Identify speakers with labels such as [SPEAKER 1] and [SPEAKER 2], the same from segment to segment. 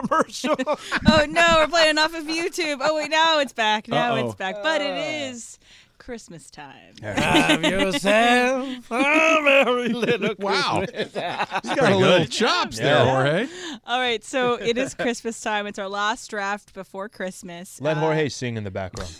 [SPEAKER 1] commercial.
[SPEAKER 2] oh no, we're playing off of YouTube. Oh wait, now it's back. Now
[SPEAKER 1] Uh-oh.
[SPEAKER 2] it's back. But it is Christmas time.
[SPEAKER 1] Have yourself a merry little
[SPEAKER 3] Wow.
[SPEAKER 1] Christmas.
[SPEAKER 3] He's got
[SPEAKER 1] Pretty
[SPEAKER 3] a little
[SPEAKER 1] good.
[SPEAKER 3] chops
[SPEAKER 1] Yeah.
[SPEAKER 3] there, Jorge.
[SPEAKER 2] All right, so it is Christmas time. It's our last draft before Christmas.
[SPEAKER 4] Let
[SPEAKER 2] Uh,
[SPEAKER 4] Jorge sing in the background.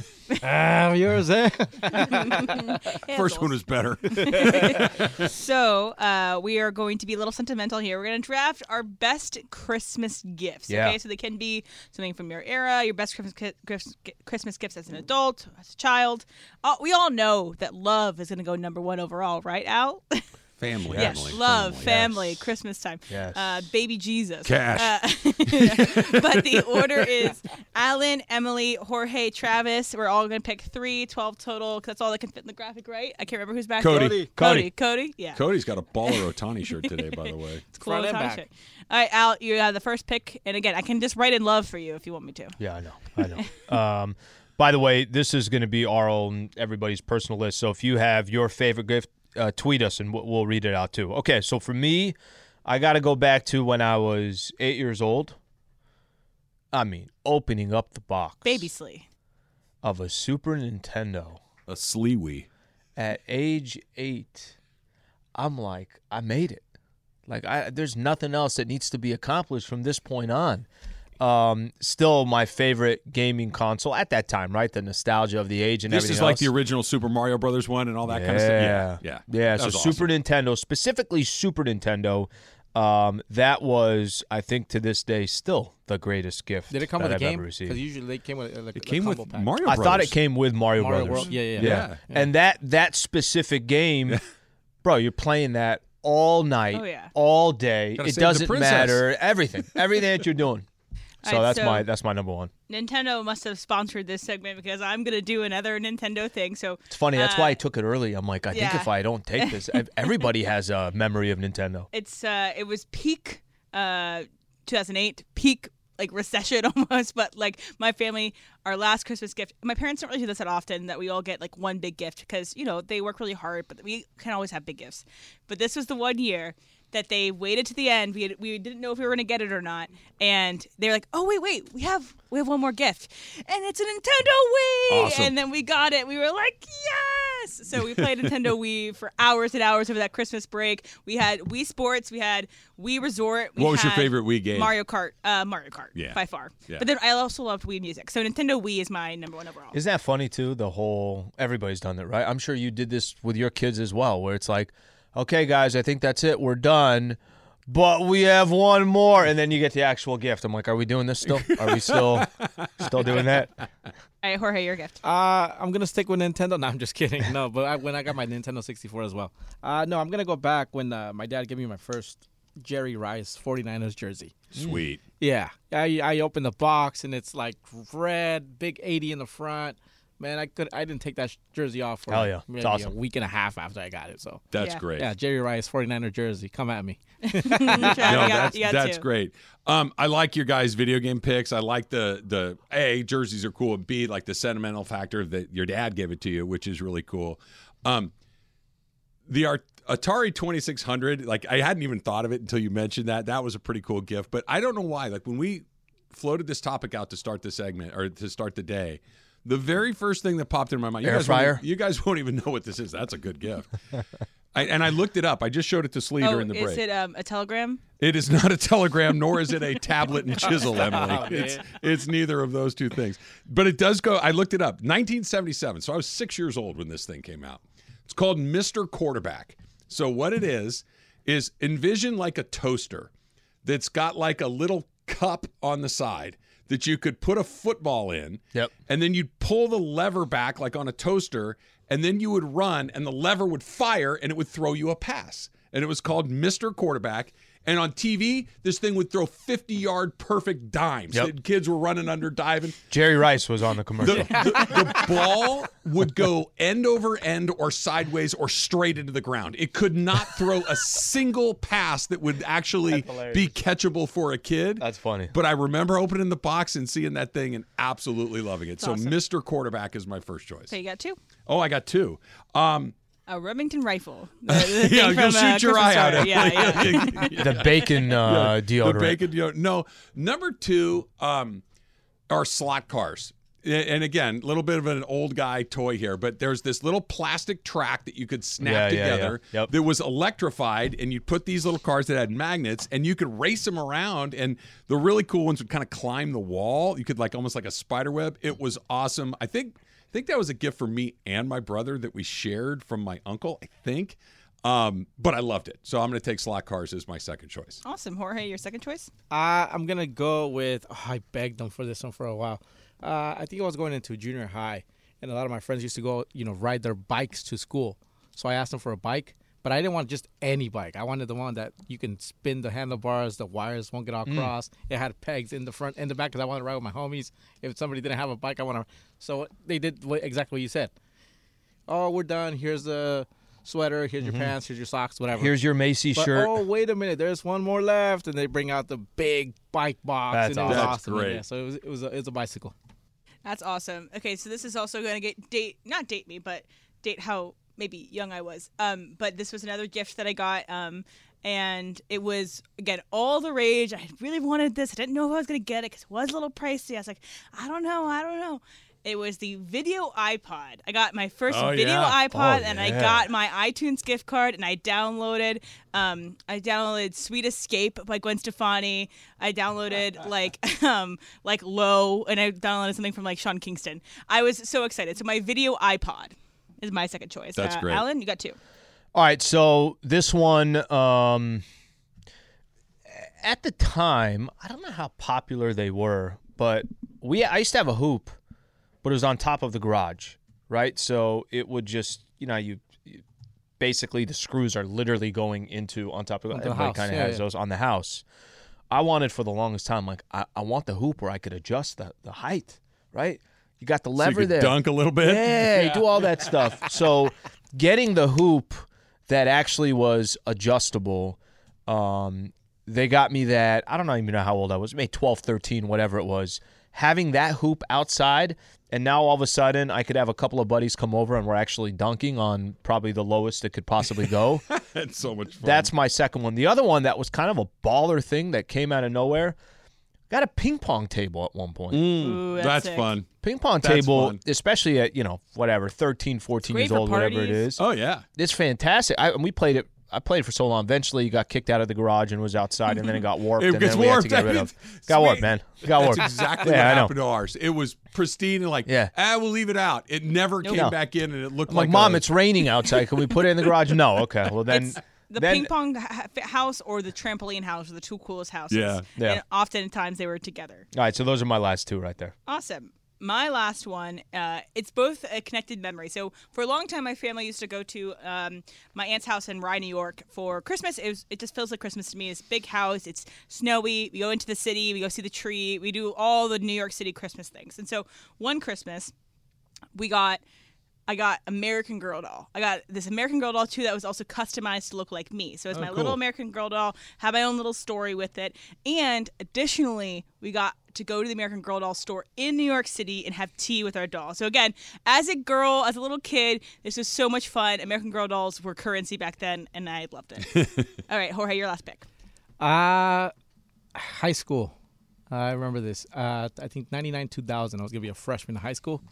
[SPEAKER 1] Have yourself.
[SPEAKER 3] First
[SPEAKER 2] handles.
[SPEAKER 3] one was better.
[SPEAKER 2] So uh, we are going to be a little sentimental here. We're going to draft our best Christmas gifts.
[SPEAKER 4] Yeah.
[SPEAKER 2] Okay, so they can be something from your era, your best Christmas gi- gifts, gi- Christmas gifts as an adult, as a child. Uh, we all know that love is going to go number one overall, right, Al?
[SPEAKER 3] family.
[SPEAKER 2] Yes,
[SPEAKER 3] family,
[SPEAKER 2] love, family,
[SPEAKER 3] family.
[SPEAKER 4] Yes.
[SPEAKER 2] Christmas time.
[SPEAKER 4] Yes.
[SPEAKER 2] Uh, baby Jesus.
[SPEAKER 3] Cash.
[SPEAKER 2] Uh, but the order is Alan, Emily, Jorge, Travis. We're all going to pick three, 12 total, 'cause that's all that can fit in the graphic, right? I can't remember who's back.
[SPEAKER 3] Cody.
[SPEAKER 2] Cody.
[SPEAKER 3] Cody.
[SPEAKER 2] Cody. Cody? Yeah.
[SPEAKER 3] Cody's got a baller Otani shirt today, by the way.
[SPEAKER 2] It's cool.
[SPEAKER 5] Front
[SPEAKER 2] it's
[SPEAKER 5] and
[SPEAKER 2] hard
[SPEAKER 5] back.
[SPEAKER 2] shit. All right, Al, you have the first pick. And again, I can just write in love for you if you want me to.
[SPEAKER 4] Yeah, I know. I know. um, by the way, this is going to be our own everybody's personal list. So if you have your favorite gift, uh, tweet us and we'll, we'll read it out too. Okay, so for me, I got to go back to when I was eight years old. I mean, opening up the box
[SPEAKER 2] Baby Slee.
[SPEAKER 4] of a Super Nintendo
[SPEAKER 3] A sleewee.
[SPEAKER 4] at age eight. I'm like, I made it. Like, I there's nothing else that needs to be accomplished from this point on. Um, still my favorite gaming console at that time, right? The nostalgia of the age and
[SPEAKER 3] This
[SPEAKER 4] everything.
[SPEAKER 3] is like
[SPEAKER 4] else.
[SPEAKER 3] the original Super Mario Brothers one and all that kind of stuff. Yeah. Yeah.
[SPEAKER 4] yeah.
[SPEAKER 3] That
[SPEAKER 4] So
[SPEAKER 3] was awesome.
[SPEAKER 4] Super Nintendo, specifically Super Nintendo, um, that was, I think, to this day, still the greatest gift
[SPEAKER 5] Did it come
[SPEAKER 4] that
[SPEAKER 5] with a
[SPEAKER 4] I've
[SPEAKER 5] game?
[SPEAKER 4] ever
[SPEAKER 5] Because
[SPEAKER 4] received.
[SPEAKER 5] usually they came with a, like,
[SPEAKER 3] It
[SPEAKER 5] a
[SPEAKER 3] came with
[SPEAKER 5] combo pack.
[SPEAKER 3] Mario
[SPEAKER 4] I
[SPEAKER 3] Brothers.
[SPEAKER 4] thought it came with Mario,
[SPEAKER 5] Mario
[SPEAKER 4] Brothers.
[SPEAKER 5] World- yeah, yeah,
[SPEAKER 4] yeah,
[SPEAKER 3] yeah.
[SPEAKER 4] And that that specific game, bro, you're playing that all night,
[SPEAKER 2] Oh, yeah.
[SPEAKER 4] all day.
[SPEAKER 3] Gotta
[SPEAKER 4] it
[SPEAKER 3] save the
[SPEAKER 4] doesn't
[SPEAKER 3] princess.
[SPEAKER 4] matter. Everything, everything that you're doing.
[SPEAKER 2] All
[SPEAKER 4] So
[SPEAKER 2] right,
[SPEAKER 4] that's
[SPEAKER 2] so-
[SPEAKER 4] my that's my number one.
[SPEAKER 2] Nintendo must have sponsored this segment because I'm going to do another Nintendo thing. So
[SPEAKER 4] It's funny. That's
[SPEAKER 2] Uh,
[SPEAKER 4] why I took it early. I'm like, I
[SPEAKER 2] yeah.
[SPEAKER 4] think if I don't take this, ev- everybody has a memory of Nintendo.
[SPEAKER 2] it's uh it was peak uh 2008 peak like recession almost but like my family our last christmas gift my parents don't really do this that often that we all get like one big gift because you know they work really hard but we can always have big gifts but this was the one year that they waited to the end we, had, we didn't know if we were going to get it or not and they're like oh wait wait we have we have one more gift and it's a nintendo wii
[SPEAKER 3] Awesome.
[SPEAKER 2] and then we got it we were like yes Yes! So we played Nintendo Wii for hours and hours over that Christmas break. We had Wii Sports, we had Wii Resort. We
[SPEAKER 3] What was your
[SPEAKER 2] had
[SPEAKER 3] favorite Wii game?
[SPEAKER 2] Mario Kart. Uh, Mario Kart,
[SPEAKER 3] Yeah.
[SPEAKER 2] by far.
[SPEAKER 3] Yeah.
[SPEAKER 2] But then I also loved Wii Music. So Nintendo Wii is my number one overall.
[SPEAKER 4] Isn't that funny too? The whole everybody's done that, right? I'm sure you did this with your kids as well, where it's like, okay, guys, I think that's it. We're done, but we have one more, and then you get the actual gift. I'm like, are we doing this still? Are we still still doing that?
[SPEAKER 2] All right, Jorge, your gift.
[SPEAKER 5] Uh, I'm gonna stick with Nintendo. No, I'm just kidding. No, but I, when I got my Nintendo 64 as well. Uh, no, I'm gonna go back when uh, my dad gave me my first Jerry Rice 49ers jersey.
[SPEAKER 3] Sweet.
[SPEAKER 5] Yeah, I I opened the box and it's like red, big 80 in the front. Man, I could I didn't take that sh- jersey off for
[SPEAKER 4] Hell
[SPEAKER 5] like
[SPEAKER 4] yeah. It's
[SPEAKER 5] maybe
[SPEAKER 4] awesome.
[SPEAKER 5] a week and a half after I got it. So
[SPEAKER 3] That's
[SPEAKER 2] Yeah.
[SPEAKER 3] great.
[SPEAKER 5] yeah, Jerry Rice 49er jersey. Come at me.
[SPEAKER 2] Trav, you
[SPEAKER 3] No,
[SPEAKER 2] got-
[SPEAKER 3] that's,
[SPEAKER 2] you got
[SPEAKER 3] that's
[SPEAKER 2] two.
[SPEAKER 3] great. Um, I like your guys' video game picks. I like the the a jerseys are cool. And B like the sentimental factor that your dad gave it to you, which is really cool. Um, the Ar- Atari twenty six hundred. Like I hadn't even thought of it until you mentioned that. That was a pretty cool gift. But I don't know why. Like when we floated this topic out to start the segment or to start the day. The very first thing that popped in my mind, you
[SPEAKER 4] Air
[SPEAKER 3] guys won't- e,
[SPEAKER 4] fryer?
[SPEAKER 3] you guys won't even know what this is. That's a good gift. I, and I looked it up. I just showed it to Sleater
[SPEAKER 2] Oh,
[SPEAKER 3] in the break.
[SPEAKER 2] is it um, a telegram?
[SPEAKER 3] It is not a telegram, nor is it a tablet and chisel, Emily. It's, it's neither of those two things. But it does go, I looked it up, 1977. So I was six years old when this thing came out. It's called Mr. Quarterback. So what it is, is envision like a toaster that's got like a little cup on the side that you could put a football in.
[SPEAKER 4] Yep.
[SPEAKER 3] And then you'd pull the lever back like on a toaster, and then you would run, and the lever would fire, and it would throw you a pass. And it was called Mr. Quarterback. And on TV, this thing would throw 50 yard perfect dimes.
[SPEAKER 4] Yep.
[SPEAKER 3] that Kids were running under, diving.
[SPEAKER 4] Jerry Rice was on the
[SPEAKER 3] The,
[SPEAKER 4] commercial.
[SPEAKER 3] the, the ball would go end over end or sideways or straight into the ground. It could not throw a single pass that would actually be catchable for a kid.
[SPEAKER 4] That's funny.
[SPEAKER 3] But I remember opening the box and seeing that thing and absolutely loving it. so Mr. Quarterback is my first choice.
[SPEAKER 2] Okay, you got two.
[SPEAKER 3] Oh, I got two. Um,
[SPEAKER 2] A Remington rifle. The- the thing
[SPEAKER 3] yeah,
[SPEAKER 2] from,
[SPEAKER 3] you'll shoot
[SPEAKER 2] uh,
[SPEAKER 3] your
[SPEAKER 2] Christmas
[SPEAKER 3] eye out.
[SPEAKER 2] Story.
[SPEAKER 3] at
[SPEAKER 2] Yeah,
[SPEAKER 3] it.
[SPEAKER 2] yeah.
[SPEAKER 4] The bacon uh, deodorant.
[SPEAKER 3] The bacon deodorant. No, number two um, are slot cars. A- And again, a little bit of an old guy toy here, but there's this little plastic track that you could snap
[SPEAKER 4] Yeah, yeah, yeah.
[SPEAKER 3] together
[SPEAKER 4] Yep.
[SPEAKER 3] that was electrified, and you'd put these little cars that had magnets, and you could race them around. And the really cool ones would kind of climb the wall. You could like almost like a spider web. It was awesome. I think I think that was a gift for me and my brother that we shared from my uncle. I think. Um, but I loved it. So I'm going to take slot cars as my second choice.
[SPEAKER 2] Awesome, Jorge. Your second choice.
[SPEAKER 5] Uh, I'm gonna go with. oh, I begged them for this one for a while. Uh, I think I was going into junior high, and a lot of my friends used to go, you know, ride their bikes to school. So I asked them for a bike, but I didn't want just any bike. I wanted the one that you can spin the handlebars, the wires won't get all crossed. It had pegs in the front and the back because I wanted to ride with my homies. If somebody didn't have a bike, I want to. So they did what, exactly what you said. Oh, we're done. Here's the sweater. Here's your pants. Here's your socks. Whatever.
[SPEAKER 4] Here's your Macy
[SPEAKER 5] But,
[SPEAKER 4] shirt.
[SPEAKER 5] Oh, wait a minute. There's one more left, and they bring out the big bike box.
[SPEAKER 4] That's
[SPEAKER 5] and it was
[SPEAKER 3] awesome.
[SPEAKER 5] awesome.
[SPEAKER 3] That's great.
[SPEAKER 5] Yeah, so it was it was a, it was a bicycle.
[SPEAKER 2] That's awesome. Okay, so this is also going to get date not date me, but date how maybe young I was. Um, but this was another gift that I got. Um, and it was again all the rage. I really wanted this. I didn't know if I was going to get it because it was a little pricey. I was like, I don't know, I don't know. It was the video iPod. I got my first
[SPEAKER 3] Oh,
[SPEAKER 2] video
[SPEAKER 3] yeah.
[SPEAKER 2] iPod,
[SPEAKER 4] Oh,
[SPEAKER 2] and I
[SPEAKER 4] yeah.
[SPEAKER 2] got my iTunes gift card, and I downloaded. Um, I downloaded "Sweet Escape" by Gwen Stefani. I downloaded like um, like "Low," and I downloaded something from like Sean Kingston. I was so excited. So my video iPod is my second choice.
[SPEAKER 3] That's
[SPEAKER 2] uh,
[SPEAKER 3] great.
[SPEAKER 2] Alan, you got two.
[SPEAKER 4] All right, so this one, um, at the time, I don't know how popular they were, but we I used to have a hoop, but it was on top of the garage, right? So it would just, you know, you, you- basically the screws are literally going into on top of
[SPEAKER 5] Onto the
[SPEAKER 4] everybody
[SPEAKER 5] house,
[SPEAKER 4] kind of
[SPEAKER 5] yeah,
[SPEAKER 4] has
[SPEAKER 5] yeah.
[SPEAKER 4] those on the house. I wanted for the longest time, like I, I want the hoop where I could adjust the, the height, right? You got the
[SPEAKER 3] So
[SPEAKER 4] lever
[SPEAKER 3] you could
[SPEAKER 4] there.
[SPEAKER 3] dunk a little bit.
[SPEAKER 4] Yeah, you do all that stuff. So getting the hoop that actually was adjustable, um, they got me that. I don't even know how old I was, maybe 12, 13, whatever it was. Having that hoop outside, and now all of a sudden I could have a couple of buddies come over and we're actually dunking on probably the lowest it could possibly go.
[SPEAKER 3] That's so much fun.
[SPEAKER 4] That's my second one. The other one that was kind of a baller thing that came out of nowhere. Got a ping pong table at one point
[SPEAKER 2] Ooh,
[SPEAKER 3] that's
[SPEAKER 2] sick.
[SPEAKER 3] fun.
[SPEAKER 4] ping pong
[SPEAKER 3] That's
[SPEAKER 4] table
[SPEAKER 3] fun.
[SPEAKER 4] especially at you know whatever 13 14
[SPEAKER 2] great
[SPEAKER 4] years
[SPEAKER 2] for
[SPEAKER 4] old whatever it
[SPEAKER 2] parties.
[SPEAKER 4] is
[SPEAKER 3] Oh yeah,
[SPEAKER 4] it's fantastic I, and we played it i played for so long eventually you got kicked out of the garage and was outside and then it got warped
[SPEAKER 3] It
[SPEAKER 4] and
[SPEAKER 3] gets
[SPEAKER 4] then we had to
[SPEAKER 3] warped.
[SPEAKER 4] get rid of got
[SPEAKER 3] Sweet.
[SPEAKER 4] warped man got
[SPEAKER 3] that's
[SPEAKER 4] warped
[SPEAKER 3] exactly
[SPEAKER 4] yeah
[SPEAKER 3] what
[SPEAKER 4] i know
[SPEAKER 3] happened to ours. It was pristine and like,
[SPEAKER 4] Yeah.
[SPEAKER 3] ah, we'll leave it out. It never came
[SPEAKER 4] No.
[SPEAKER 3] back in, and it looked
[SPEAKER 4] I'm
[SPEAKER 3] like,
[SPEAKER 4] like mom
[SPEAKER 3] a-
[SPEAKER 4] it's raining outside can we put it in the garage no okay well then
[SPEAKER 2] It's the
[SPEAKER 4] then-
[SPEAKER 2] ping pong ha- ha- house or the trampoline house are the two coolest houses.
[SPEAKER 3] Yeah.
[SPEAKER 4] Yeah.
[SPEAKER 2] And oftentimes they were together.
[SPEAKER 4] all right so those are my last two right there
[SPEAKER 2] Awesome. My last one, uh, it's both a connected memory. So for a long time, my family used to go to um, my aunt's house in Rye, New York for Christmas. It, was, it just feels like Christmas to me. It's a big house. It's snowy. We go into the city. We go see the tree. We do all the New York City Christmas things. And so one Christmas, we got I got American Girl doll. I got this American Girl doll too that was also customized to look like me.
[SPEAKER 4] Oh,
[SPEAKER 2] So it's my little American Girl doll, had my own little story with it. And additionally, we got to go to the American Girl doll store in New York City and have tea with our doll. So again, as a girl, as a little kid, this was so much fun. American Girl dolls were currency back then and I loved it. All right, Jorge, your last pick.
[SPEAKER 5] Uh high school. I remember this. Uh, I think 99 2000. I was gonna be a freshman in high school.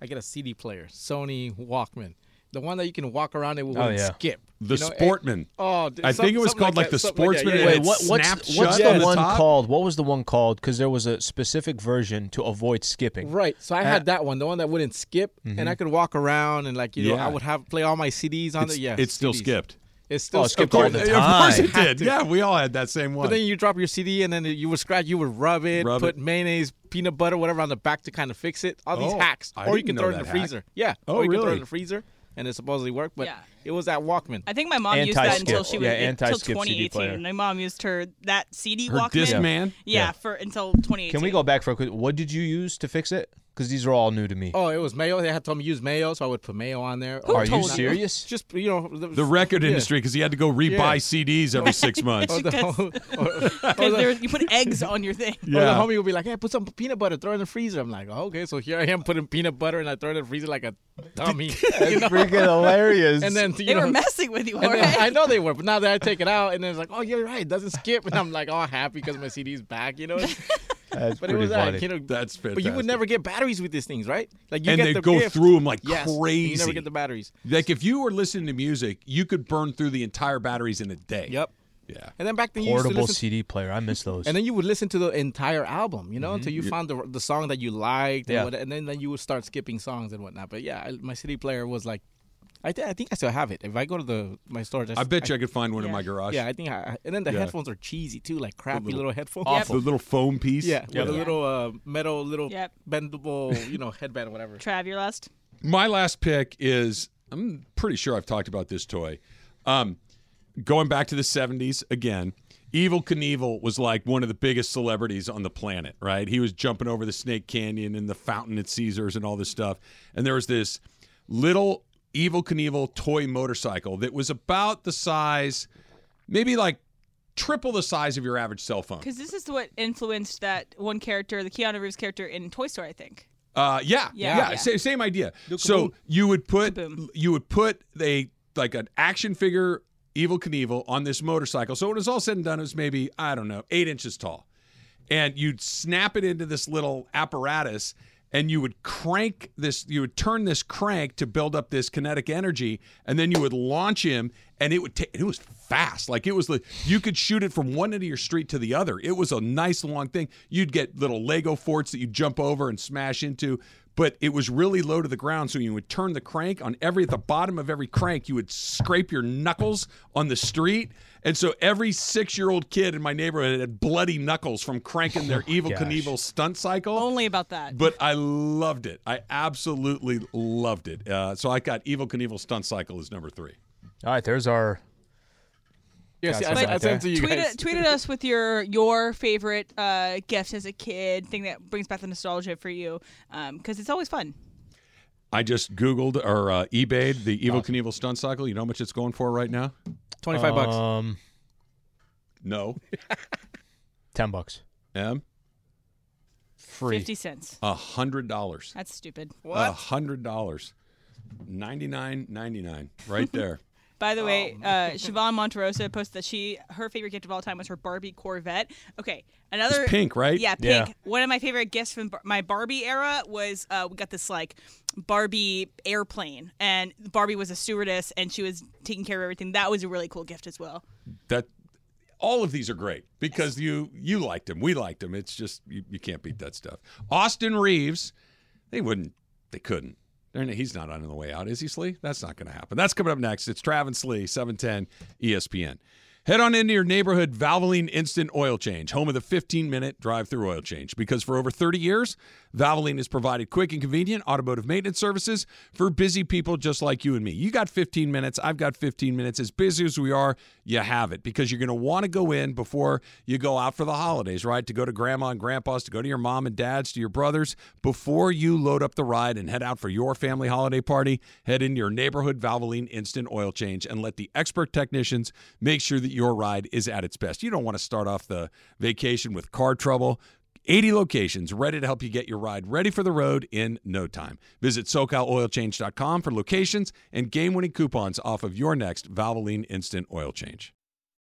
[SPEAKER 5] I get a CD player, Sony Walkman, the one that you can walk around and it wouldn't
[SPEAKER 4] yeah.
[SPEAKER 5] skip.
[SPEAKER 3] the
[SPEAKER 5] You know,
[SPEAKER 3] Sportman.
[SPEAKER 5] and- oh, dude,
[SPEAKER 3] I think
[SPEAKER 5] something-
[SPEAKER 3] it was
[SPEAKER 5] something
[SPEAKER 3] called like,
[SPEAKER 5] that,
[SPEAKER 3] the
[SPEAKER 5] something like that,
[SPEAKER 3] Sportsman.
[SPEAKER 5] yeah,
[SPEAKER 3] and
[SPEAKER 5] yeah.
[SPEAKER 4] Wait,
[SPEAKER 3] it
[SPEAKER 4] what,
[SPEAKER 3] snapped
[SPEAKER 4] what's,
[SPEAKER 3] shut
[SPEAKER 4] what's
[SPEAKER 3] at
[SPEAKER 4] the one
[SPEAKER 3] top.
[SPEAKER 4] called? What was the one called? Because there was a specific version to avoid skipping.
[SPEAKER 5] Right. So I had that one, the one that wouldn't skip, and I could walk around and like you know
[SPEAKER 3] Yeah.
[SPEAKER 5] I would have play all my CDs on
[SPEAKER 3] It's,
[SPEAKER 5] it. Yeah,
[SPEAKER 3] it still
[SPEAKER 5] CDs.
[SPEAKER 3] skipped.
[SPEAKER 5] It still
[SPEAKER 4] Oh, it
[SPEAKER 5] skipped
[SPEAKER 4] skipped all
[SPEAKER 5] all
[SPEAKER 4] the
[SPEAKER 5] the
[SPEAKER 3] Of course
[SPEAKER 4] time.
[SPEAKER 3] it did. Yeah, we all had that same one.
[SPEAKER 5] But then you drop your CD and then you would scratch, you would rub it,
[SPEAKER 3] Rub
[SPEAKER 5] put
[SPEAKER 3] it.
[SPEAKER 5] mayonnaise, peanut butter, whatever on the back to kind of fix it. All these
[SPEAKER 3] Oh,
[SPEAKER 5] hacks,
[SPEAKER 3] I
[SPEAKER 5] or you
[SPEAKER 3] didn't
[SPEAKER 5] can
[SPEAKER 3] know
[SPEAKER 5] throw it in
[SPEAKER 3] that
[SPEAKER 5] the
[SPEAKER 3] hack.
[SPEAKER 5] freezer. Yeah.
[SPEAKER 3] Oh,
[SPEAKER 5] or you can throw it
[SPEAKER 3] really?
[SPEAKER 5] in the freezer, and it supposedly worked. But
[SPEAKER 2] Yeah.
[SPEAKER 5] it was that Walkman.
[SPEAKER 2] I think my mom used that
[SPEAKER 4] Anti-skip.
[SPEAKER 2] until she was
[SPEAKER 4] Yeah,
[SPEAKER 2] until
[SPEAKER 4] anti-skip CD
[SPEAKER 2] 2018.
[SPEAKER 4] player.
[SPEAKER 2] My mom used her that CD
[SPEAKER 3] Her
[SPEAKER 2] Walkman.
[SPEAKER 3] Discman?
[SPEAKER 2] Yeah,
[SPEAKER 4] Yeah.
[SPEAKER 2] for until 2018.
[SPEAKER 4] Can we go back for a quick? What did you use to fix it? Because these are all new to me.
[SPEAKER 5] Oh, it was mayo. They had told me use mayo, so I would put mayo on there.
[SPEAKER 2] Who
[SPEAKER 5] Or
[SPEAKER 4] are you
[SPEAKER 2] told you?
[SPEAKER 4] serious?
[SPEAKER 5] just you know
[SPEAKER 3] the record
[SPEAKER 5] yeah.
[SPEAKER 3] industry, because he had to go rebuy
[SPEAKER 5] Yeah.
[SPEAKER 3] CDs every six months.
[SPEAKER 5] Or the,
[SPEAKER 2] Because-
[SPEAKER 5] or,
[SPEAKER 2] Because there was- you put eggs on your thing.
[SPEAKER 5] Or the
[SPEAKER 3] Yeah.
[SPEAKER 5] homie would be like, "Hey, put some peanut butter, throw it in the freezer." I'm like, oh, "Okay, so here I am putting peanut butter, and I throw it in the freezer like a dummy."
[SPEAKER 4] That's freaking hilarious.
[SPEAKER 5] and then and you
[SPEAKER 2] They were
[SPEAKER 5] know,
[SPEAKER 2] messing with you,
[SPEAKER 5] and
[SPEAKER 2] Jorge.
[SPEAKER 5] then- I know they were, but now that I take it out, and then it's like, oh, you're right, it doesn't skip, and I'm like, all happy because my CD's back, you know.
[SPEAKER 4] That's
[SPEAKER 5] But it was
[SPEAKER 4] funny.
[SPEAKER 5] like, you know,
[SPEAKER 3] That's
[SPEAKER 5] But you
[SPEAKER 3] fantastic.
[SPEAKER 5] would never get batteries with these things, right? Like you
[SPEAKER 3] and
[SPEAKER 5] get
[SPEAKER 3] they
[SPEAKER 5] the
[SPEAKER 3] go
[SPEAKER 5] gift.
[SPEAKER 3] through them like
[SPEAKER 5] Yes,
[SPEAKER 3] crazy.
[SPEAKER 5] You never get the batteries.
[SPEAKER 3] like if you were listening to music, you could burn through the entire batteries in a day.
[SPEAKER 5] Yep.
[SPEAKER 3] Yeah.
[SPEAKER 5] And then back then you used to
[SPEAKER 4] Portable
[SPEAKER 5] listen,
[SPEAKER 4] CD player. I miss those.
[SPEAKER 5] and then you would listen to the entire album, you know,
[SPEAKER 3] Mm-hmm.
[SPEAKER 5] until you found the the song that you liked, and,
[SPEAKER 4] Yeah.
[SPEAKER 5] what, and then, then you would start skipping songs and whatnot. But yeah, I, my CD player was like, I, th- I think I still have it. If I go to the my storage,
[SPEAKER 3] I bet you I could find one in
[SPEAKER 2] Yeah.
[SPEAKER 3] my garage.
[SPEAKER 5] yeah, I think. I, I- and then the
[SPEAKER 3] Yeah.
[SPEAKER 5] headphones are cheesy too, like crappy
[SPEAKER 3] little-
[SPEAKER 5] little headphones.
[SPEAKER 3] The little foam piece.
[SPEAKER 5] Yeah, with
[SPEAKER 4] Yep.
[SPEAKER 5] a
[SPEAKER 4] Yeah.
[SPEAKER 5] little uh, metal, little
[SPEAKER 2] Yep.
[SPEAKER 5] bendable, you know, headband, whatever.
[SPEAKER 2] Trav, your last.
[SPEAKER 3] My last pick is I'm pretty sure I've talked about this toy. Um, going back to the 70s again, Evil Knievel was like one of the biggest celebrities on the planet, right? He was jumping over the Snake Canyon and the fountain at Caesars and all this stuff. And there was this little Evil Knievel toy motorcycle that was about the size, maybe like triple the size of your average cell phone.
[SPEAKER 2] Because this is what influenced that one character, the Keanu Reeves character in Toy Story, I think.
[SPEAKER 3] Uh, yeah, yeah,
[SPEAKER 2] Yeah. Yeah.
[SPEAKER 3] Same, same idea. so you would put
[SPEAKER 2] Kaboom.
[SPEAKER 3] you would put a like an action figure Evil Knievel on this motorcycle. So when it was all said and done, it was maybe I don't know eight inches tall, and you'd snap it into this little apparatus, and you would crank this. You would turn this crank to build up this kinetic energy, and then you would launch him, and it would take. It was fast, like it was like you could shoot it from one end of your street to the other. It was a nice long thing. You'd get little Lego forts that you jump over and smash into but it was really low to the ground. So you would turn the crank on every at the bottom of every crank, you would scrape your knuckles on the street. And so every six year old kid in my neighborhood had bloody knuckles from cranking their evil
[SPEAKER 4] gosh.
[SPEAKER 3] Knievel stunt cycle.
[SPEAKER 2] Only about that.
[SPEAKER 3] but I loved it. I absolutely loved it. Uh, so I got Evil Knievel Stunt Cycle as number three.
[SPEAKER 4] All right, there's our.
[SPEAKER 5] Yeah, see, I,
[SPEAKER 4] But-
[SPEAKER 5] sent- I sent it to you
[SPEAKER 2] tweeted,
[SPEAKER 5] guys.
[SPEAKER 2] tweeted us with your your favorite uh, gift as a kid, thing that brings back the nostalgia for you, because it's always fun.
[SPEAKER 3] I just Googled or uh, eBayed the Evil Knievel Stunt Cycle. You know how much it's going for right now?
[SPEAKER 5] Twenty five bucks.
[SPEAKER 4] Um,
[SPEAKER 3] No.
[SPEAKER 4] ten bucks.
[SPEAKER 3] M?
[SPEAKER 4] Free.
[SPEAKER 2] Fifty cents.
[SPEAKER 3] A hundred dollars.
[SPEAKER 2] That's stupid.
[SPEAKER 3] A
[SPEAKER 4] oh.
[SPEAKER 3] hundred dollars. Ninety nine ninety nine. Right there.
[SPEAKER 2] By the way,
[SPEAKER 5] um.
[SPEAKER 2] uh, Siobhan Monterosa posted that she her favorite gift of all time was her Barbie Corvette. Okay, another
[SPEAKER 3] It's pink, right?
[SPEAKER 2] Yeah,
[SPEAKER 4] Yeah.
[SPEAKER 2] pink. One of my favorite gifts from Bar- my Barbie era was uh, we got this like Barbie airplane, and Barbie was a stewardess, and she was taking care of everything. That was a really cool gift as well.
[SPEAKER 3] That all of these are great because you you liked them. We liked them. It's just you, you can't beat that stuff. Austin Reeves, they wouldn't they couldn't. They're n- He's not on the way out, is he, Slee? That's not going to happen. That's coming up next. It's Travis Slee, E 710 ESPN. Head on into your neighborhood Valvoline Instant Oil Change, home of the 15 minute drive through oil change. Because for over 30 years, Valvoline has provided quick and convenient automotive maintenance services for busy people just like you and me. You got 15 minutes, I've got 15 minutes. As busy as we are, you have it because you're going to want to go in before you go out for the holidays, right? To go to grandma and grandpa's, to go to your mom and dad's, to your brothers. Before you load up the ride and head out for your family holiday party, head into your neighborhood Valvoline Instant Oil Change and let the expert technicians make sure that your ride is at its best. You don't want to start off the vacation with car trouble. 80 locations ready to help you get your ride ready for the road in no time. Visit SoCalOilChange.com for locations and game winning coupons off of your next Valvoline Instant Oil Change.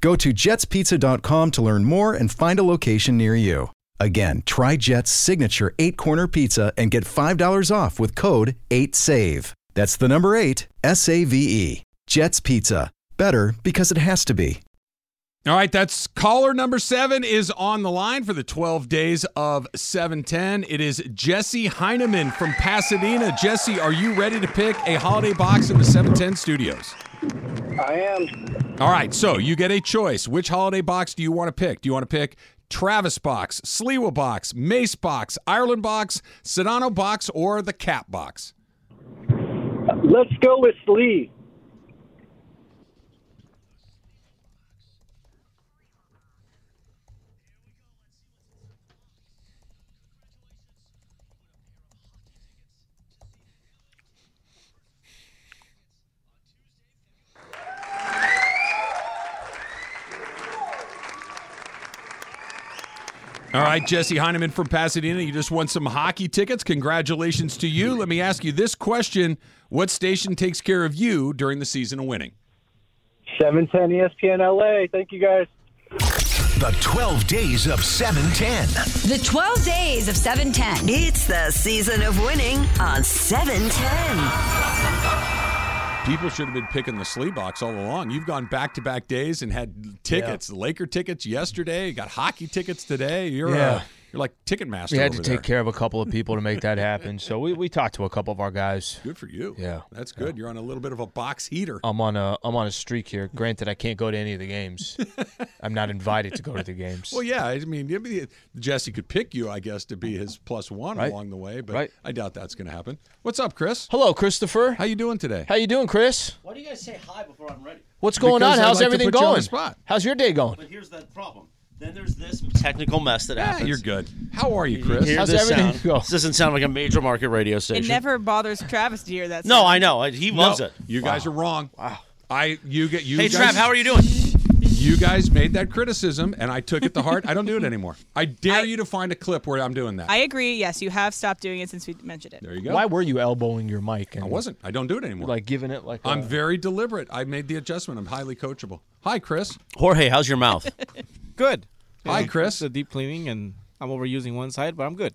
[SPEAKER 6] Go to jetspizza.com to learn more and find a location near you. Again, try Jet's signature eight corner pizza and get $5 off with code 8SAVE. That's the number eight, S A V E. Jet's Pizza. Better because it has to be.
[SPEAKER 3] All right, that's caller number seven is on the line for the 12 days of 710. It is Jesse Heineman from Pasadena. Jesse, are you ready to pick a holiday box in the 710 studios?
[SPEAKER 7] I am.
[SPEAKER 3] All right, so you get a choice. Which holiday box do you want to pick? Do you want to pick Travis box, Sliwa box, Mace box, Ireland box, Sedano box, or the Cap box?
[SPEAKER 7] Let's go with Lee.
[SPEAKER 3] All right, Jesse Heineman from Pasadena, you just won some hockey tickets. Congratulations to you. Let me ask you this question What station takes care of you during the season of winning?
[SPEAKER 7] 710 ESPN LA. Thank you guys.
[SPEAKER 8] The 12 days of 710.
[SPEAKER 9] The 12 days of 710.
[SPEAKER 10] It's the season of winning on
[SPEAKER 11] Oh,
[SPEAKER 10] 710.
[SPEAKER 3] People should have been picking the sleeve box all along. You've gone back to back days and had tickets, Laker tickets yesterday, got hockey tickets today. You're, uh,
[SPEAKER 4] Yeah.
[SPEAKER 3] you're like Ticketmaster.
[SPEAKER 4] We had to
[SPEAKER 3] over
[SPEAKER 4] take
[SPEAKER 3] there.
[SPEAKER 4] care of a couple of people to make that happen. So we, we talked to a couple of our guys.
[SPEAKER 3] Good for you.
[SPEAKER 4] Yeah.
[SPEAKER 3] That's good. You're on a little bit of a box heater.
[SPEAKER 4] I'm on a I'm on a streak here. Granted, I can't go to any of the games. I'm not invited to go to the games.
[SPEAKER 3] Well, yeah. I mean, it'd be- Jesse could pick you, I guess, to be his plus one
[SPEAKER 4] Right.
[SPEAKER 3] along the way, but
[SPEAKER 4] Right.
[SPEAKER 3] I doubt that's going to happen. What's up, Chris?
[SPEAKER 4] Hello, Christopher.
[SPEAKER 3] How you doing today?
[SPEAKER 4] How you doing, Chris?
[SPEAKER 12] Why do you guys say hi before I'm ready?
[SPEAKER 4] What's going
[SPEAKER 3] Because
[SPEAKER 4] on?
[SPEAKER 3] I'd
[SPEAKER 4] How's
[SPEAKER 3] like to
[SPEAKER 4] everything
[SPEAKER 3] put you on the
[SPEAKER 4] going?
[SPEAKER 3] spot.
[SPEAKER 4] How's your day going?
[SPEAKER 12] But here's the problem. Then there's this technical mess that
[SPEAKER 3] Yeah,
[SPEAKER 12] happens.
[SPEAKER 3] you're good. How are you, Chris?
[SPEAKER 12] Hear
[SPEAKER 4] How's
[SPEAKER 12] this
[SPEAKER 4] everything
[SPEAKER 12] sound.
[SPEAKER 4] go?
[SPEAKER 12] This doesn't sound like a major market radio station.
[SPEAKER 2] It never bothers Travis to hear that.
[SPEAKER 12] No, I know. I- He loves
[SPEAKER 3] No,
[SPEAKER 12] it.
[SPEAKER 3] You guys are wrong. Wow. I you get you.
[SPEAKER 12] Hey,
[SPEAKER 3] guys,
[SPEAKER 12] Trav, how are you doing?
[SPEAKER 3] You guys made that criticism, and I took it to heart. I don't do it anymore. I dare you to find a clip where I'm doing that.
[SPEAKER 2] I agree. Yes, you have stopped doing it since we mentioned it.
[SPEAKER 3] there you go.
[SPEAKER 4] Why were you elbowing your mic? And
[SPEAKER 3] I wasn't. I don't do it anymore.
[SPEAKER 4] like uh, giving it like
[SPEAKER 3] I'm
[SPEAKER 4] a-
[SPEAKER 3] very deliberate. I made the adjustment. I'm highly coachable. Hi, Chris.
[SPEAKER 12] Jorge, how's your mouth?
[SPEAKER 5] Good.
[SPEAKER 3] Hi, Chris.
[SPEAKER 5] It's a deep cleaning, and I'm overusing one side, but I'm good.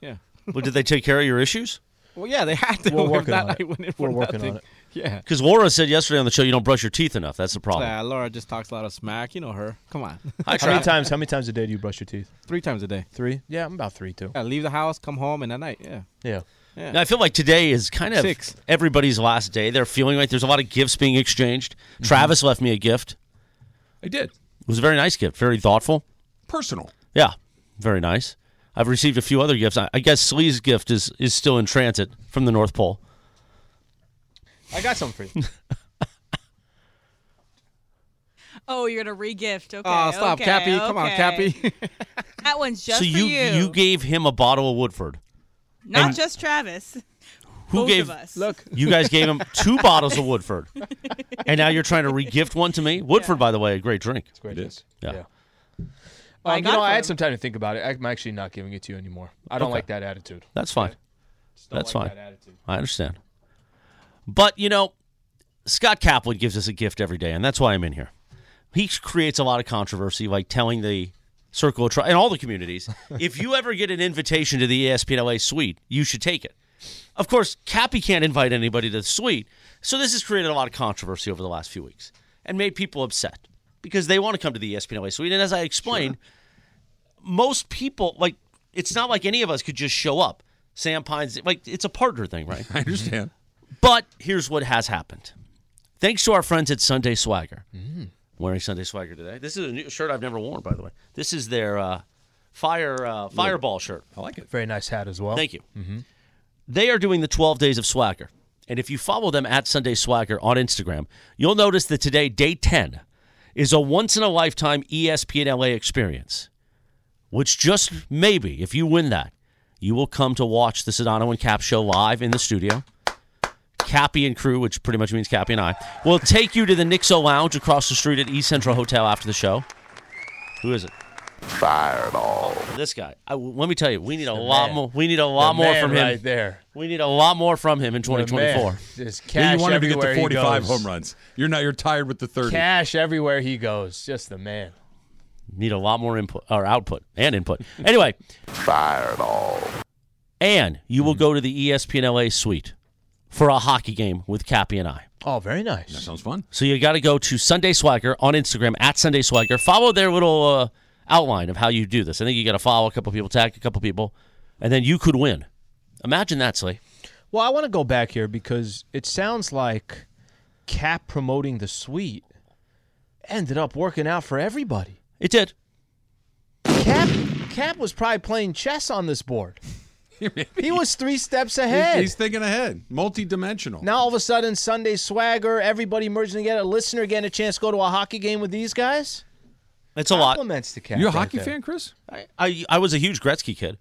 [SPEAKER 5] Yeah.
[SPEAKER 12] well, did they take care of your issues?
[SPEAKER 5] Well, yeah, they had to.
[SPEAKER 4] We're
[SPEAKER 5] If
[SPEAKER 4] working
[SPEAKER 5] not,
[SPEAKER 4] on it.
[SPEAKER 5] I wouldn't-
[SPEAKER 4] We're
[SPEAKER 5] for
[SPEAKER 4] working on
[SPEAKER 5] nothing.
[SPEAKER 4] it.
[SPEAKER 5] Yeah.
[SPEAKER 12] Because Laura said yesterday on the show you don't brush your teeth enough. That's the problem.
[SPEAKER 5] Nah, Laura just talks a lot of smack. You know her. Come on.
[SPEAKER 12] Hi,
[SPEAKER 4] How many
[SPEAKER 12] Trav.
[SPEAKER 4] times? How many times a day do you brush your teeth?
[SPEAKER 5] Three times a day.
[SPEAKER 4] Three. Yeah, I'm about three too.
[SPEAKER 5] Yeah, leave the house, come home, and at night. Yeah.
[SPEAKER 4] Yeah.
[SPEAKER 5] Yeah.
[SPEAKER 12] Now, I feel like today is kind of
[SPEAKER 5] Six.
[SPEAKER 12] everybody's last day. They're feeling like there's a lot of gifts being exchanged.
[SPEAKER 3] Mm-hmm.
[SPEAKER 12] Travis left me a gift.
[SPEAKER 3] I did.
[SPEAKER 12] It was a very nice gift, very thoughtful.
[SPEAKER 3] Personal.
[SPEAKER 12] Yeah, very nice. I've received a few other gifts. I, I guess Slee's gift is, is still in transit from the North Pole.
[SPEAKER 4] I got something for you.
[SPEAKER 2] Oh, you're gonna re-gift. Okay.
[SPEAKER 5] Oh, stop,
[SPEAKER 2] okay,
[SPEAKER 5] Cappy. Come on,
[SPEAKER 2] okay.
[SPEAKER 5] Cappy.
[SPEAKER 2] That one's just
[SPEAKER 12] so
[SPEAKER 2] for
[SPEAKER 12] you, you gave him a bottle of Woodford.
[SPEAKER 2] Not
[SPEAKER 12] and-
[SPEAKER 2] just Travis.
[SPEAKER 12] Who
[SPEAKER 2] Both
[SPEAKER 12] gave
[SPEAKER 2] of us.
[SPEAKER 5] Look,
[SPEAKER 12] you guys gave him two bottles of Woodford, and now you're trying to regift one to me. Woodford, by the way, a great drink.
[SPEAKER 4] Great.
[SPEAKER 3] It is.
[SPEAKER 12] Yeah.
[SPEAKER 2] I
[SPEAKER 4] Um, you
[SPEAKER 2] got
[SPEAKER 4] know, I
[SPEAKER 2] it for
[SPEAKER 4] had
[SPEAKER 2] him.
[SPEAKER 4] some time to think about it. I'm actually not giving it to you anymore. I don't
[SPEAKER 12] Okay.
[SPEAKER 4] like that attitude.
[SPEAKER 12] That's fine.
[SPEAKER 4] Don't
[SPEAKER 12] That's
[SPEAKER 4] like
[SPEAKER 12] fine.
[SPEAKER 4] That attitude.
[SPEAKER 12] I understand. But you know, Scott Kaplan gives us a gift every day, and that's why I'm in here. He creates a lot of controversy, like telling the circle of tri- and all the communities, if you ever get an invitation to the E ESPNLA suite, you should take it. Of course, Cappy can't invite anybody to the suite, so this has created a lot of controversy over the last few weeks and made people upset because they want to come to the E ESPNLA suite. And as I explained, most people like it's not like any of us could just show up. Sam Pines, like it's a partner thing, right?
[SPEAKER 3] I understand.
[SPEAKER 12] But here's what has happened. Thanks to our friends at Sunday Swagger. Wearing Sunday Swagger today. This is a new shirt I've never worn, by the way. This is their uh, fire uh, fireball shirt.
[SPEAKER 3] I like it.
[SPEAKER 4] Very nice hat as well.
[SPEAKER 12] Thank you. They are doing the 12 days of swagger. And if you follow them at Sunday Swagger on Instagram, you'll notice that today, day 10, is a E once in a lifetime ESPN LA experience, which just maybe, if you win that, you will come to watch the Sedano and Cap show live in the studio. Cappy and crew, which pretty much means Cappy and I, will take you to the Nixo Lounge across the street at East Central Hotel after the show. Who is it? This guy. I, let me tell you, we need a lot
[SPEAKER 4] man.
[SPEAKER 12] more. We need a lot
[SPEAKER 4] The
[SPEAKER 12] more
[SPEAKER 4] man
[SPEAKER 12] from him.
[SPEAKER 4] right there.
[SPEAKER 12] We need a lot more from him in
[SPEAKER 4] The
[SPEAKER 12] 2024.
[SPEAKER 4] man. Just cash
[SPEAKER 3] Yeah, you wanted to get
[SPEAKER 4] everywhere
[SPEAKER 3] to
[SPEAKER 4] he
[SPEAKER 3] 45
[SPEAKER 4] goes.
[SPEAKER 3] home runs. You're not. You're tired with the 30.
[SPEAKER 4] Cash everywhere he goes. Just the man.
[SPEAKER 12] Need a lot more input or output and input. Anyway, fireball. E And you will go to the ESPN LA suite for a hockey game with Cappy and I.
[SPEAKER 4] Oh, very nice. That
[SPEAKER 3] sounds fun.
[SPEAKER 12] So you got to go to Sunday Swagger on Instagram at Sunday Swagger. Follow their little uh, outline of how you do this. I think you got to follow a couple people, tag a couple people, and then you could win. Imagine that, Slay.
[SPEAKER 4] Well, I want to go back here because it sounds like Cap promoting the suite ended up working out for everybody.
[SPEAKER 12] It did.
[SPEAKER 4] Cap Cap was probably playing chess on this board. he was three steps ahead.
[SPEAKER 3] He's, he's thinking ahead, multi-dimensional.
[SPEAKER 4] now all of a sudden, Sunday swagger, everybody merging together. A listener getting a chance to go to a hockey game with these guys.
[SPEAKER 12] It's a
[SPEAKER 4] Uh,
[SPEAKER 12] lot.
[SPEAKER 4] Compliments to Cap.
[SPEAKER 3] You a
[SPEAKER 4] right
[SPEAKER 3] hockey
[SPEAKER 4] there.
[SPEAKER 3] fan, Chris?
[SPEAKER 12] I, I I was a huge Gretzky kid.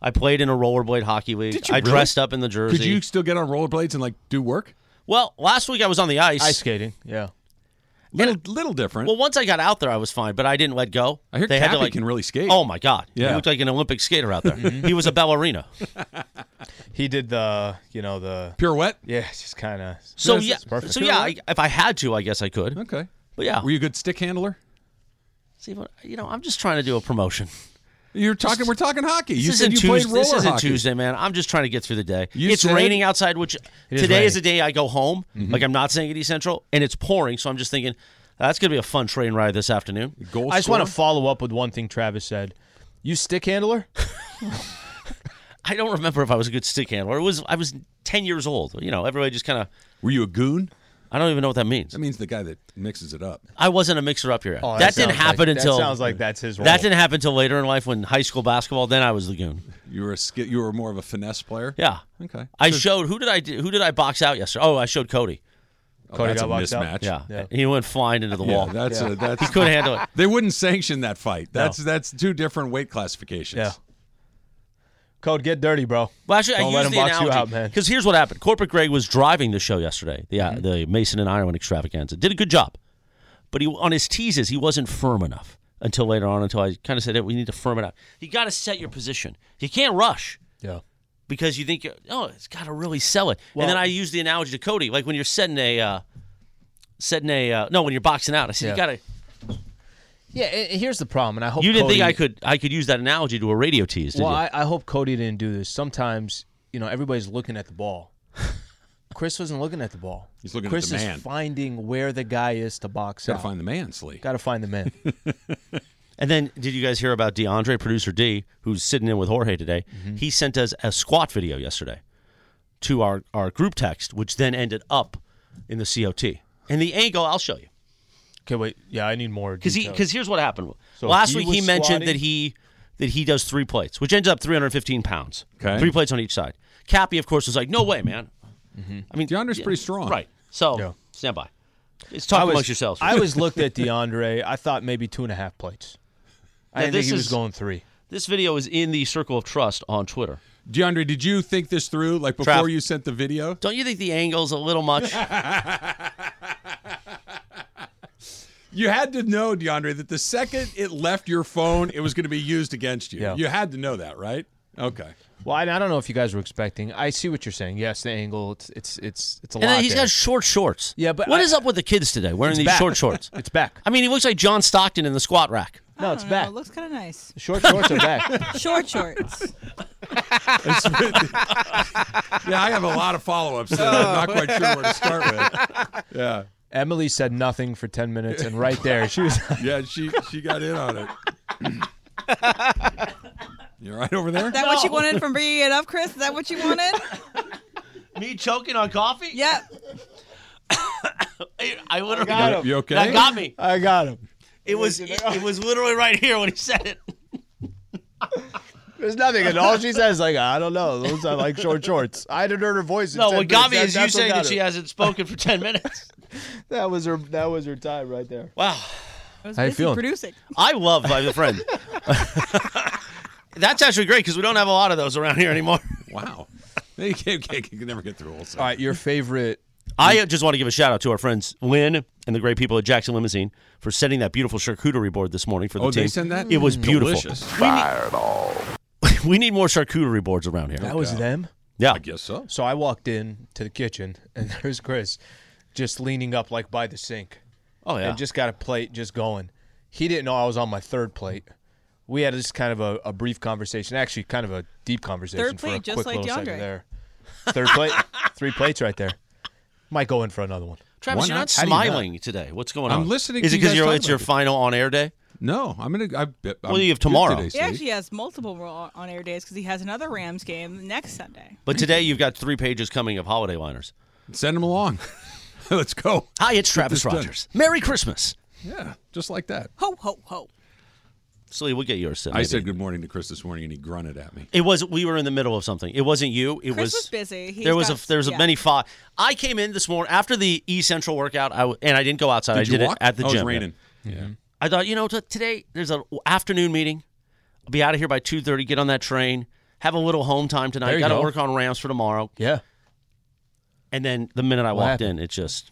[SPEAKER 12] I played in a rollerblade hockey league.
[SPEAKER 3] Did you
[SPEAKER 12] I
[SPEAKER 3] really?
[SPEAKER 12] dressed up in the jersey.
[SPEAKER 3] Could you still get on rollerblades and like do work?
[SPEAKER 12] Well, last week I was on the ice.
[SPEAKER 4] Ice skating. Yeah.
[SPEAKER 3] Little, little different.
[SPEAKER 12] Well, once I got out there, I was fine, but I didn't let go.
[SPEAKER 3] I hear
[SPEAKER 12] they had to,
[SPEAKER 3] Cappy
[SPEAKER 12] like,
[SPEAKER 3] can really skate.
[SPEAKER 12] Oh my God!
[SPEAKER 3] Yeah.
[SPEAKER 12] he looked like an Olympic skater out there. he was a ballerina.
[SPEAKER 4] He did the, you know, the
[SPEAKER 3] pirouette.
[SPEAKER 4] yeah, it's just kind of.
[SPEAKER 12] So
[SPEAKER 4] it's
[SPEAKER 12] yeah,
[SPEAKER 4] perfect.
[SPEAKER 12] so yeah. I, if I had to, I guess I could.
[SPEAKER 3] Okay.
[SPEAKER 12] But yeah,
[SPEAKER 3] Were you a good stick handler?
[SPEAKER 12] see, but, you know, I'm just trying to do a promotion.
[SPEAKER 3] You're talking. We're talking hockey.
[SPEAKER 12] This
[SPEAKER 3] You said
[SPEAKER 12] isn't
[SPEAKER 3] you played
[SPEAKER 12] Tuesday.
[SPEAKER 3] roller
[SPEAKER 12] This isn't
[SPEAKER 3] hockey.
[SPEAKER 12] Tuesday, man. I'm just trying to get through the day.
[SPEAKER 3] You
[SPEAKER 12] it's
[SPEAKER 3] said-
[SPEAKER 12] raining outside, which
[SPEAKER 4] is
[SPEAKER 12] today
[SPEAKER 4] raining.
[SPEAKER 12] is the day I go home. Like I'm not saying at East Central, and it's pouring, so I'm just thinking that's gonna be a fun train ride this afternoon.
[SPEAKER 3] Goal
[SPEAKER 4] I just want to
[SPEAKER 3] scorer?
[SPEAKER 4] follow up with one thing Travis said. You stick handler?
[SPEAKER 12] I don't remember if I was a good stick handler. It was I was 10 years old. You know, everybody just kind of.
[SPEAKER 3] Were you a goon?
[SPEAKER 12] I don't even know what that means.
[SPEAKER 3] That means the guy that mixes it up.
[SPEAKER 12] I wasn't a mixer up here.
[SPEAKER 4] Oh,
[SPEAKER 12] that,
[SPEAKER 4] that
[SPEAKER 12] didn't
[SPEAKER 4] sounds like-
[SPEAKER 12] happen
[SPEAKER 4] that
[SPEAKER 12] until
[SPEAKER 4] sounds like that's his role.
[SPEAKER 12] That didn't happen until later in life when high school basketball. Then I was the goon.
[SPEAKER 3] You were a ski- You were more of a finesse player.
[SPEAKER 12] Yeah.
[SPEAKER 3] Okay.
[SPEAKER 12] I showed who did I do, who did I box out yesterday? Oh, I showed Cody.
[SPEAKER 3] Oh,
[SPEAKER 4] Cody
[SPEAKER 3] that's
[SPEAKER 4] got
[SPEAKER 3] a
[SPEAKER 4] locked out.
[SPEAKER 3] mismatch.
[SPEAKER 12] Yeah,
[SPEAKER 4] Yeah.
[SPEAKER 12] he went flying into the
[SPEAKER 3] Yeah,
[SPEAKER 12] wall.
[SPEAKER 3] that's
[SPEAKER 4] Yeah.
[SPEAKER 3] a that's
[SPEAKER 12] he couldn't handle it.
[SPEAKER 3] They wouldn't sanction that fight. That's that's two different weight classifications.
[SPEAKER 4] Yeah. Code, get dirty, bro.
[SPEAKER 12] Well, actually,
[SPEAKER 4] Don't let
[SPEAKER 12] I used
[SPEAKER 4] him
[SPEAKER 12] the
[SPEAKER 4] box you
[SPEAKER 12] analogy
[SPEAKER 4] out, man. Mm-hmm.
[SPEAKER 12] because here's what happened. Corporate Greg was driving the show yesterday, the uh, the Mason and Ireland extravaganza. Did a good job, but he on his teases he wasn't firm enough until later on. Until I kind of said, "Hey, "We need to firm it up." You got to set your position. You can't rush
[SPEAKER 4] Yeah.
[SPEAKER 12] because you think, "Oh, it's got to really sell it."
[SPEAKER 4] Well-
[SPEAKER 12] and then I used the analogy to Cody, like when you're setting a uh, setting a uh, no, when you're boxing out. I said, "You
[SPEAKER 4] Yeah.
[SPEAKER 12] got to."
[SPEAKER 4] Yeah, and and here's the problem, and I hope
[SPEAKER 12] You didn't
[SPEAKER 4] Cody,
[SPEAKER 12] think I could I could use that analogy to a radio tease, did
[SPEAKER 4] Well,
[SPEAKER 12] you?
[SPEAKER 4] I, I hope Cody didn't do this. Sometimes, you know, everybody's looking at the ball. Chris wasn't looking at the ball.
[SPEAKER 3] He's looking at
[SPEAKER 4] Chris
[SPEAKER 3] the man.
[SPEAKER 4] is finding where the guy is to box
[SPEAKER 3] Gotta
[SPEAKER 4] out.
[SPEAKER 3] find the man, Slee.
[SPEAKER 4] Got to find the man.
[SPEAKER 12] And then, did you guys hear about DeAndre, producer D, who's sitting in with Jorge today?
[SPEAKER 4] Mm-hmm.
[SPEAKER 12] He sent us a squat video yesterday to our, our group text, which then ended up in the COT. And the angle, I'll show you.
[SPEAKER 4] okay, wait. Yeah, I need more.
[SPEAKER 12] Because he,
[SPEAKER 4] details.
[SPEAKER 12] cause here's what happened.
[SPEAKER 4] So
[SPEAKER 12] Last
[SPEAKER 4] he
[SPEAKER 12] week,
[SPEAKER 4] was
[SPEAKER 12] he mentioned
[SPEAKER 4] squatting?
[SPEAKER 12] that he that he does three plates, which ends up 315 pounds.
[SPEAKER 3] Okay.
[SPEAKER 12] Three plates on each side. Cappy, of course, was like, no way, man.
[SPEAKER 4] Mm-hmm.
[SPEAKER 12] I mean,
[SPEAKER 3] DeAndre's pretty strong.
[SPEAKER 12] Right. So,
[SPEAKER 4] Yeah.
[SPEAKER 12] stand by. It's talk
[SPEAKER 4] I was-
[SPEAKER 12] amongst yourselves.
[SPEAKER 4] I always looked at DeAndre. I thought maybe two and a half plates. I
[SPEAKER 12] Now,
[SPEAKER 4] didn't think
[SPEAKER 12] this
[SPEAKER 4] he was
[SPEAKER 12] is-
[SPEAKER 4] going three.
[SPEAKER 12] this video is in the Circle of Trust on Twitter.
[SPEAKER 3] DeAndre, did you think this through? Like before
[SPEAKER 12] Trav.
[SPEAKER 3] you sent the video?
[SPEAKER 12] Don't you think the angle's a little much?
[SPEAKER 3] You had to know, DeAndre, that the second it left your phone, it was going to be used against you.
[SPEAKER 4] Yeah.
[SPEAKER 3] You had to know that, right? Okay.
[SPEAKER 4] Well, I, I don't know if you guys were expecting. I see what you're saying. Yes, the angle. It's it's it's it's a
[SPEAKER 12] And
[SPEAKER 4] lot.
[SPEAKER 12] then he's
[SPEAKER 4] there.
[SPEAKER 12] got short shorts.
[SPEAKER 4] Yeah, but
[SPEAKER 12] what
[SPEAKER 4] I-
[SPEAKER 12] is up with the kids today wearing
[SPEAKER 4] It's
[SPEAKER 12] these
[SPEAKER 4] back.
[SPEAKER 12] short shorts?
[SPEAKER 4] it's back.
[SPEAKER 12] I mean, he looks like John Stockton in the squat rack.
[SPEAKER 4] No,
[SPEAKER 2] I
[SPEAKER 4] it's
[SPEAKER 2] don't know,
[SPEAKER 4] back.
[SPEAKER 2] It looks kind of nice.
[SPEAKER 4] Short shorts are back.
[SPEAKER 2] Short shorts.
[SPEAKER 3] Yeah, I have a lot of follow ups that I'm not quite sure where to start with. Yeah.
[SPEAKER 4] Emily said nothing for 10 minutes, and right there, she was.
[SPEAKER 3] Yeah, she she got in on it. You're right over there?
[SPEAKER 2] Is that what you wanted from bringing it up, Chris? Is that what you wanted?
[SPEAKER 12] Me choking on coffee?
[SPEAKER 2] Yep.
[SPEAKER 12] I literally
[SPEAKER 3] You- You okay?
[SPEAKER 12] That got me.
[SPEAKER 4] I got him.
[SPEAKER 12] It was it, was literally right here when he said it.
[SPEAKER 4] There's nothing. And all she says is, like, I don't know. Those are like short shorts. I hadn't heard her voice. in
[SPEAKER 12] No,
[SPEAKER 4] 10
[SPEAKER 12] what got me
[SPEAKER 4] minutes.
[SPEAKER 12] is you
[SPEAKER 4] That's- that's what
[SPEAKER 12] saying
[SPEAKER 4] got
[SPEAKER 12] that she
[SPEAKER 4] her.
[SPEAKER 12] hasn't spoken for ten minutes.
[SPEAKER 4] That was her. That was her time right there.
[SPEAKER 12] Wow,
[SPEAKER 2] I was
[SPEAKER 4] How you
[SPEAKER 2] busy
[SPEAKER 4] feeling?
[SPEAKER 2] producing.
[SPEAKER 12] I love by the friend. That's actually great because we don't have a lot of those around here anymore.
[SPEAKER 3] Wow. You, can't, can't- you can never get through all
[SPEAKER 4] All right, your favorite.
[SPEAKER 12] I just want to give a shout out to our friends Lynn and the great people at Jackson Limousine for setting that beautiful charcuterie board this morning for the
[SPEAKER 3] Oh,
[SPEAKER 12] team.
[SPEAKER 3] they send that?
[SPEAKER 12] It was beautiful.
[SPEAKER 3] Delicious.
[SPEAKER 12] we need more charcuterie boards around here.
[SPEAKER 4] That was them.
[SPEAKER 12] yeah.
[SPEAKER 3] I guess so.
[SPEAKER 4] uh, So I walked in to the kitchen, and there's Chris, just leaning up like by the sink,
[SPEAKER 12] Oh yeah.
[SPEAKER 4] and just got a plate just going. He didn't know I was on my third plate. We had just kind of a, a brief conversation, actually kind of a deep conversation
[SPEAKER 2] Third
[SPEAKER 4] for a
[SPEAKER 2] plate, just
[SPEAKER 4] quick
[SPEAKER 2] like
[SPEAKER 4] little second
[SPEAKER 2] DeAndre.
[SPEAKER 4] there. Third plate, three plates right there. Might go in for another one.
[SPEAKER 12] Travis, you're not, smiling today. What's going on?
[SPEAKER 3] I'm listening
[SPEAKER 12] Is
[SPEAKER 3] to
[SPEAKER 12] it
[SPEAKER 3] you guys
[SPEAKER 12] because
[SPEAKER 3] talk
[SPEAKER 12] it's
[SPEAKER 3] about
[SPEAKER 12] your
[SPEAKER 3] this.
[SPEAKER 12] final on air day?
[SPEAKER 3] No, I'm gonna. I, I'm
[SPEAKER 12] well, you have tomorrow.
[SPEAKER 2] He actually has multiple on air days because he has another Rams game next Sunday.
[SPEAKER 12] But today you've got three pages coming of holiday liners.
[SPEAKER 3] Send them along. Let's go.
[SPEAKER 12] Hi, it's
[SPEAKER 3] this
[SPEAKER 12] Travis
[SPEAKER 3] done.
[SPEAKER 12] Rogers. Merry Christmas.
[SPEAKER 3] Yeah, just like that.
[SPEAKER 2] Ho ho ho!
[SPEAKER 12] Sully, we'll get yours.
[SPEAKER 3] I said good morning to Chris this morning, and he grunted at me.
[SPEAKER 12] It was we were in the middle of something. It wasn't you. It
[SPEAKER 2] Chris was,
[SPEAKER 12] was,
[SPEAKER 2] busy. He's
[SPEAKER 12] there was
[SPEAKER 2] got-
[SPEAKER 12] a there was
[SPEAKER 2] yeah.
[SPEAKER 12] a many five. I came in this morning after the E Central workout, I, w- and I didn't go outside.
[SPEAKER 3] Did
[SPEAKER 12] I
[SPEAKER 3] you
[SPEAKER 12] did
[SPEAKER 3] walk?
[SPEAKER 12] it at the
[SPEAKER 3] Oh, it was
[SPEAKER 12] gym.
[SPEAKER 3] raining.
[SPEAKER 12] Yeah. Mm-hmm.
[SPEAKER 3] Yeah.
[SPEAKER 12] I thought, you know, t- today there's an afternoon meeting. I'll be out of here by two thirty. Get on that train. Have a little home time
[SPEAKER 4] There
[SPEAKER 12] tonight.
[SPEAKER 4] you
[SPEAKER 12] Got to
[SPEAKER 4] go.
[SPEAKER 12] work on Rams for tomorrow.
[SPEAKER 4] Yeah.
[SPEAKER 12] And then the minute I
[SPEAKER 4] What
[SPEAKER 12] walked in, it just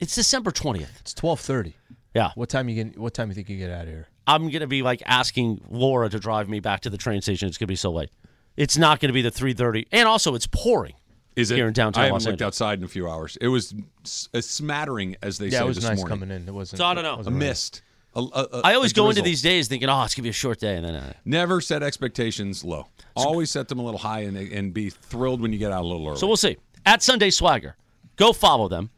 [SPEAKER 12] it's December twentieth.
[SPEAKER 4] It's twelve thirty.
[SPEAKER 12] Yeah.
[SPEAKER 4] What time you get? What time you think you get out of here?
[SPEAKER 12] I'm gonna be like asking Laura to drive me back to the train station. It's gonna be so late. It's not gonna be the three thirty. And also, it's pouring.
[SPEAKER 3] Is it
[SPEAKER 12] here in downtown
[SPEAKER 3] I haven't
[SPEAKER 12] Los
[SPEAKER 3] looked
[SPEAKER 12] Angeles.
[SPEAKER 3] outside in a few hours. It was s- a smattering, as they
[SPEAKER 4] Yeah,
[SPEAKER 3] say
[SPEAKER 4] it was
[SPEAKER 3] this
[SPEAKER 4] nice
[SPEAKER 3] morning.
[SPEAKER 4] coming in. It wasn't-
[SPEAKER 12] So I don't know.
[SPEAKER 3] A
[SPEAKER 12] wasn't raining.
[SPEAKER 3] mist. A- a- a-
[SPEAKER 12] I always
[SPEAKER 3] a
[SPEAKER 12] go into
[SPEAKER 3] drizzle.
[SPEAKER 12] these days thinking, oh, it's gonna be a short day, and then uh,
[SPEAKER 3] Never set expectations low. Always set them a little high and, and be thrilled when you get out a little early.
[SPEAKER 12] so we'll see. At Sunday Swagger, go follow them.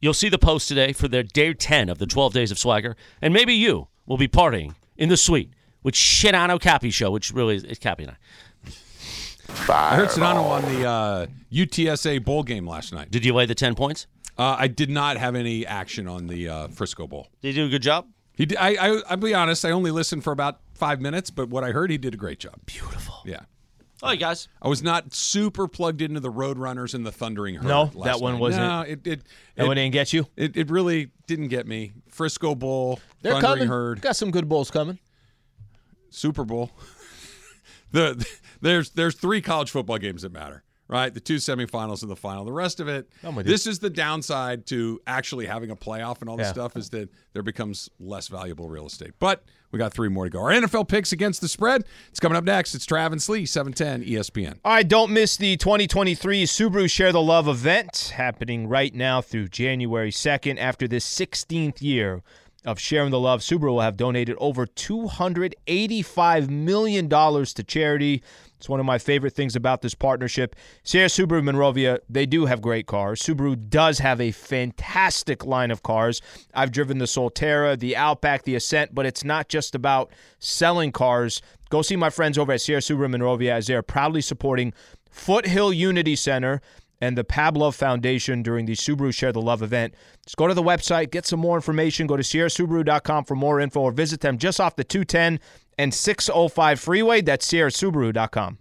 [SPEAKER 12] You'll see the post today for their day ten of the twelve days of Swagger, and maybe you will be partying in the suite with Shinano Cappy show, which really is it's Cappy and I.
[SPEAKER 3] I heard Sedano on the uh, UTSA bowl game last night.
[SPEAKER 12] Did you lay the ten points?
[SPEAKER 3] Uh, I did not have any action on the uh, Frisco Bowl.
[SPEAKER 12] Did he do a good job?
[SPEAKER 3] He did, I, I, I'll be honest. I only listened for about five minutes, but what I heard, he did a great job.
[SPEAKER 12] Beautiful.
[SPEAKER 3] Yeah.
[SPEAKER 12] All right, guys.
[SPEAKER 3] I was not super plugged into the Roadrunners and the Thundering Herd.
[SPEAKER 4] No,
[SPEAKER 3] last
[SPEAKER 4] that one
[SPEAKER 3] night.
[SPEAKER 4] wasn't-
[SPEAKER 3] No, it it,
[SPEAKER 4] That
[SPEAKER 3] it-
[SPEAKER 4] one didn't get you.
[SPEAKER 3] It, it really didn't get me. Frisco Bowl,
[SPEAKER 4] They're
[SPEAKER 3] Thundering
[SPEAKER 4] coming.
[SPEAKER 3] Herd,
[SPEAKER 4] Got some good bowls coming.
[SPEAKER 3] Super Bowl. the there's there's three college football games that matter, right? The two semifinals and the final. The rest of it.
[SPEAKER 4] I'm with you.
[SPEAKER 3] This is the downside to actually having a playoff and all this
[SPEAKER 4] Yeah.
[SPEAKER 3] stuff is that there becomes less valuable real estate. But we got three more to go. Our NFL picks against the spread. It's coming up next. It's Travis Lee, seven ten E ESPN.
[SPEAKER 4] All right, don't miss the 2023 Subaru Share the Love event happening right now through January 2nd. After this 16th year of sharing the love, Subaru will have donated over $285 million to charity. It's one of my favorite things about this partnership. Sierra Subaru Monrovia, they do have great cars. Subaru does have a fantastic line of cars. I've driven the Solterra, the Outback, the Ascent, but it's not just about selling cars. Go see my friends over at Sierra Subaru Monrovia as they are proudly supporting Foothill Unity Center and the Pavlov Foundation during the Subaru Share the Love event. Just go to the website, get some more information. Go to sierrasubaru.com for more info or visit them just off the 210 and 605 freeway. That's sierrasubaru.com.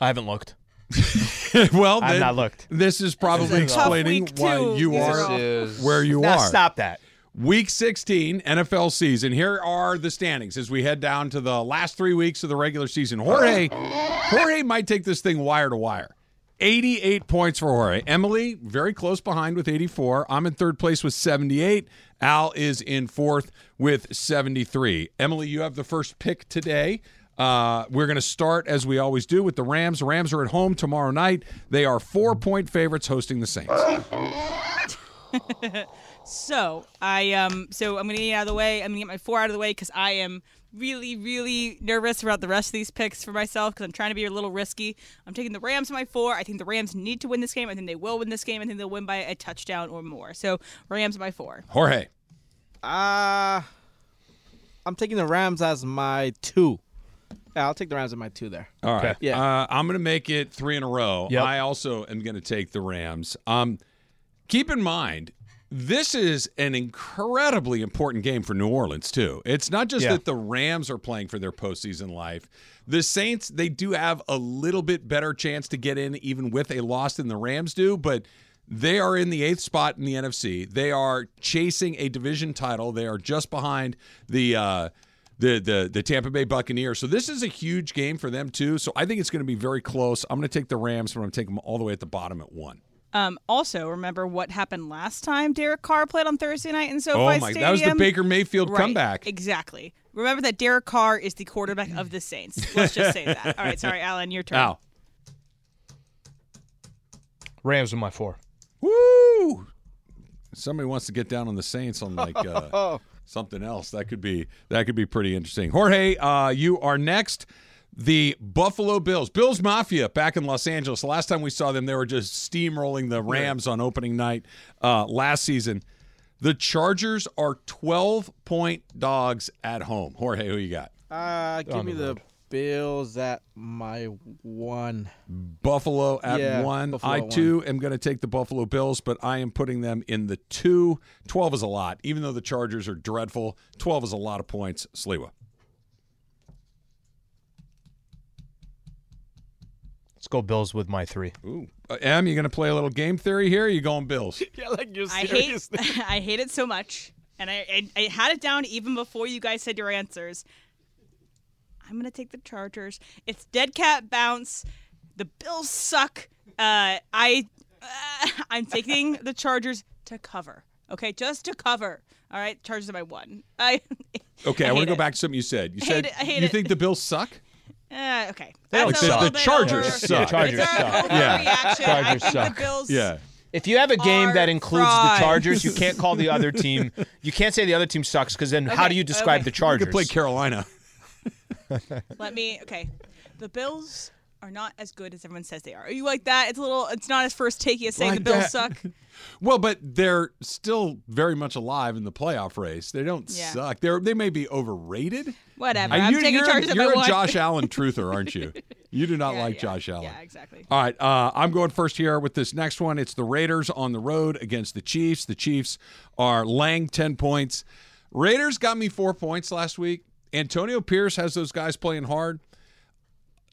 [SPEAKER 4] I haven't looked.
[SPEAKER 3] well,
[SPEAKER 4] I've
[SPEAKER 3] then
[SPEAKER 4] not looked.
[SPEAKER 3] This is probably
[SPEAKER 2] This is a tough
[SPEAKER 3] explaining
[SPEAKER 2] week,
[SPEAKER 3] why
[SPEAKER 2] too.
[SPEAKER 3] you
[SPEAKER 2] These are
[SPEAKER 3] are
[SPEAKER 2] all-
[SPEAKER 3] where you
[SPEAKER 4] Now
[SPEAKER 3] are.
[SPEAKER 4] stop that.
[SPEAKER 3] Week 16 NFL season. Here are the standings as we head down to the last three weeks of the regular season. Jorge, Jorge might take this thing wire to wire. 88 points for Jorge. Emily, very close behind with 84. I'm in third place with 78. Al is in fourth with 73. Emily, you have the first pick today. Uh, we're going to start as we always do with the Rams. Rams are at home tomorrow night. They are four point favorites hosting the Saints.
[SPEAKER 2] So I um so I'm gonna get out of the way. I'm gonna get my four out of the way because I am really really nervous about the rest of these picks for myself because I'm trying to be a little risky. I'm taking the Rams in my four. I think the Rams need to win this game. I think they will win this game. I think they'll win by a touchdown or more. So Rams in my four.
[SPEAKER 3] Jorge.
[SPEAKER 5] Uh, I'm taking the Rams as my two. Yeah, I'll take the Rams as my two there.
[SPEAKER 3] All right.
[SPEAKER 4] Okay.
[SPEAKER 5] Yeah.
[SPEAKER 3] Uh, I'm going to make it three in a row.
[SPEAKER 4] Yep.
[SPEAKER 3] I also am going to take the Rams. Um, keep in mind, this is an incredibly important game for New Orleans, too. It's not just
[SPEAKER 4] Yeah.
[SPEAKER 3] that the Rams are playing for their postseason life. The Saints, they do have a little bit better chance to get in, even with a loss, than the Rams do, but. They are in the eighth spot in the NFC. They are chasing a division title. They are just behind the uh, the the the Tampa Bay Buccaneers. So this is a huge game for them too. So I think it's going to be very close. I'm going to take the Rams, but I'm going to take them all the way at the bottom at one.
[SPEAKER 2] Um also remember what happened last time Derek Carr played on Thursday night in SoFi
[SPEAKER 3] oh my!
[SPEAKER 2] Stadium.
[SPEAKER 3] That was the Baker Mayfield
[SPEAKER 2] Right,
[SPEAKER 3] comeback.
[SPEAKER 2] Exactly. Remember that Derek Carr is the quarterback of the Saints. Let's just say that. All right, sorry, Alan, your turn.
[SPEAKER 3] Ow!
[SPEAKER 4] Rams in my four.
[SPEAKER 3] Woo! Somebody wants to get down on the Saints on like uh, something else. That could be that could be pretty interesting. Jorge, uh, you are next. The Buffalo Bills, Bills Mafia, back in Los Angeles. Last time we saw them, they were just steamrolling the Rams on opening night uh, last season. The Chargers are 12 point dogs at home. Jorge, who you got?
[SPEAKER 5] Uh, give
[SPEAKER 3] On
[SPEAKER 5] me
[SPEAKER 3] the
[SPEAKER 5] the Bills at my one.
[SPEAKER 3] Buffalo at
[SPEAKER 5] Yeah,
[SPEAKER 3] one.
[SPEAKER 5] Buffalo
[SPEAKER 3] I
[SPEAKER 5] at one.
[SPEAKER 3] too am going to take the Buffalo Bills, but I am putting them in the two. 12 is a lot, even though the Chargers are dreadful. 12 is a lot of points. Sliwa.
[SPEAKER 4] Let's go Bills with my three.
[SPEAKER 3] Ooh. Uh, Em, you going to play a little game theory here? Or you going Bills?
[SPEAKER 5] Yeah, like you're
[SPEAKER 2] I hate I hate it so much, and I, I I had it down even before you guys said your answers. I'm gonna take the Chargers. It's dead cat bounce. The Bills suck. Uh, I uh, I'm taking the Chargers to cover. Okay, just to cover. All right, Chargers are my one. I
[SPEAKER 3] Okay, I,
[SPEAKER 2] I
[SPEAKER 3] want
[SPEAKER 2] hate
[SPEAKER 3] to go
[SPEAKER 2] it.
[SPEAKER 3] back to something you said. You
[SPEAKER 2] I hate
[SPEAKER 3] said
[SPEAKER 2] it, I hate
[SPEAKER 3] you
[SPEAKER 2] it.
[SPEAKER 3] think the Bills suck?
[SPEAKER 2] uh, okay.
[SPEAKER 3] They don't
[SPEAKER 2] That's a
[SPEAKER 3] suck.
[SPEAKER 2] little
[SPEAKER 3] The
[SPEAKER 2] bit
[SPEAKER 3] Chargers
[SPEAKER 2] over-
[SPEAKER 3] suck. Yeah, the Chargers
[SPEAKER 2] it's a
[SPEAKER 3] suck.
[SPEAKER 2] overreaction.
[SPEAKER 3] Yeah.
[SPEAKER 2] I
[SPEAKER 4] Chargers
[SPEAKER 2] think
[SPEAKER 4] suck.
[SPEAKER 2] the Bills
[SPEAKER 3] Yeah.
[SPEAKER 4] If you have a game that includes
[SPEAKER 2] frauds.
[SPEAKER 4] the Chargers, you can't call the other team. You can't say the other team sucks because then how
[SPEAKER 2] Okay,
[SPEAKER 4] do you describe
[SPEAKER 2] okay.
[SPEAKER 4] the
[SPEAKER 2] You could
[SPEAKER 4] Chargers?
[SPEAKER 3] play Carolina.
[SPEAKER 2] Let me. Okay, the Bills are not as good as everyone says they are. Are you like that? It's a little. It's not as first takey as saying
[SPEAKER 3] Like
[SPEAKER 2] the Bills
[SPEAKER 3] that.
[SPEAKER 2] suck.
[SPEAKER 3] Well, but they're still very much alive in the playoff race. They don't
[SPEAKER 2] Yeah.
[SPEAKER 3] suck. They're they may be overrated.
[SPEAKER 2] Whatever.
[SPEAKER 3] Uh,
[SPEAKER 2] I'm
[SPEAKER 3] you're,
[SPEAKER 2] taking
[SPEAKER 3] you're,
[SPEAKER 2] Chargers at
[SPEAKER 3] you're
[SPEAKER 2] my
[SPEAKER 3] a
[SPEAKER 2] one.
[SPEAKER 3] Josh Allen truther, aren't you? You do not like Josh Allen.
[SPEAKER 2] Yeah, exactly.
[SPEAKER 3] All right, uh, I'm going first here with this next one. It's the Raiders on the road against the Chiefs. The Chiefs are laying 10 points. Raiders got me four points last week. Antonio Pierce has those guys playing hard.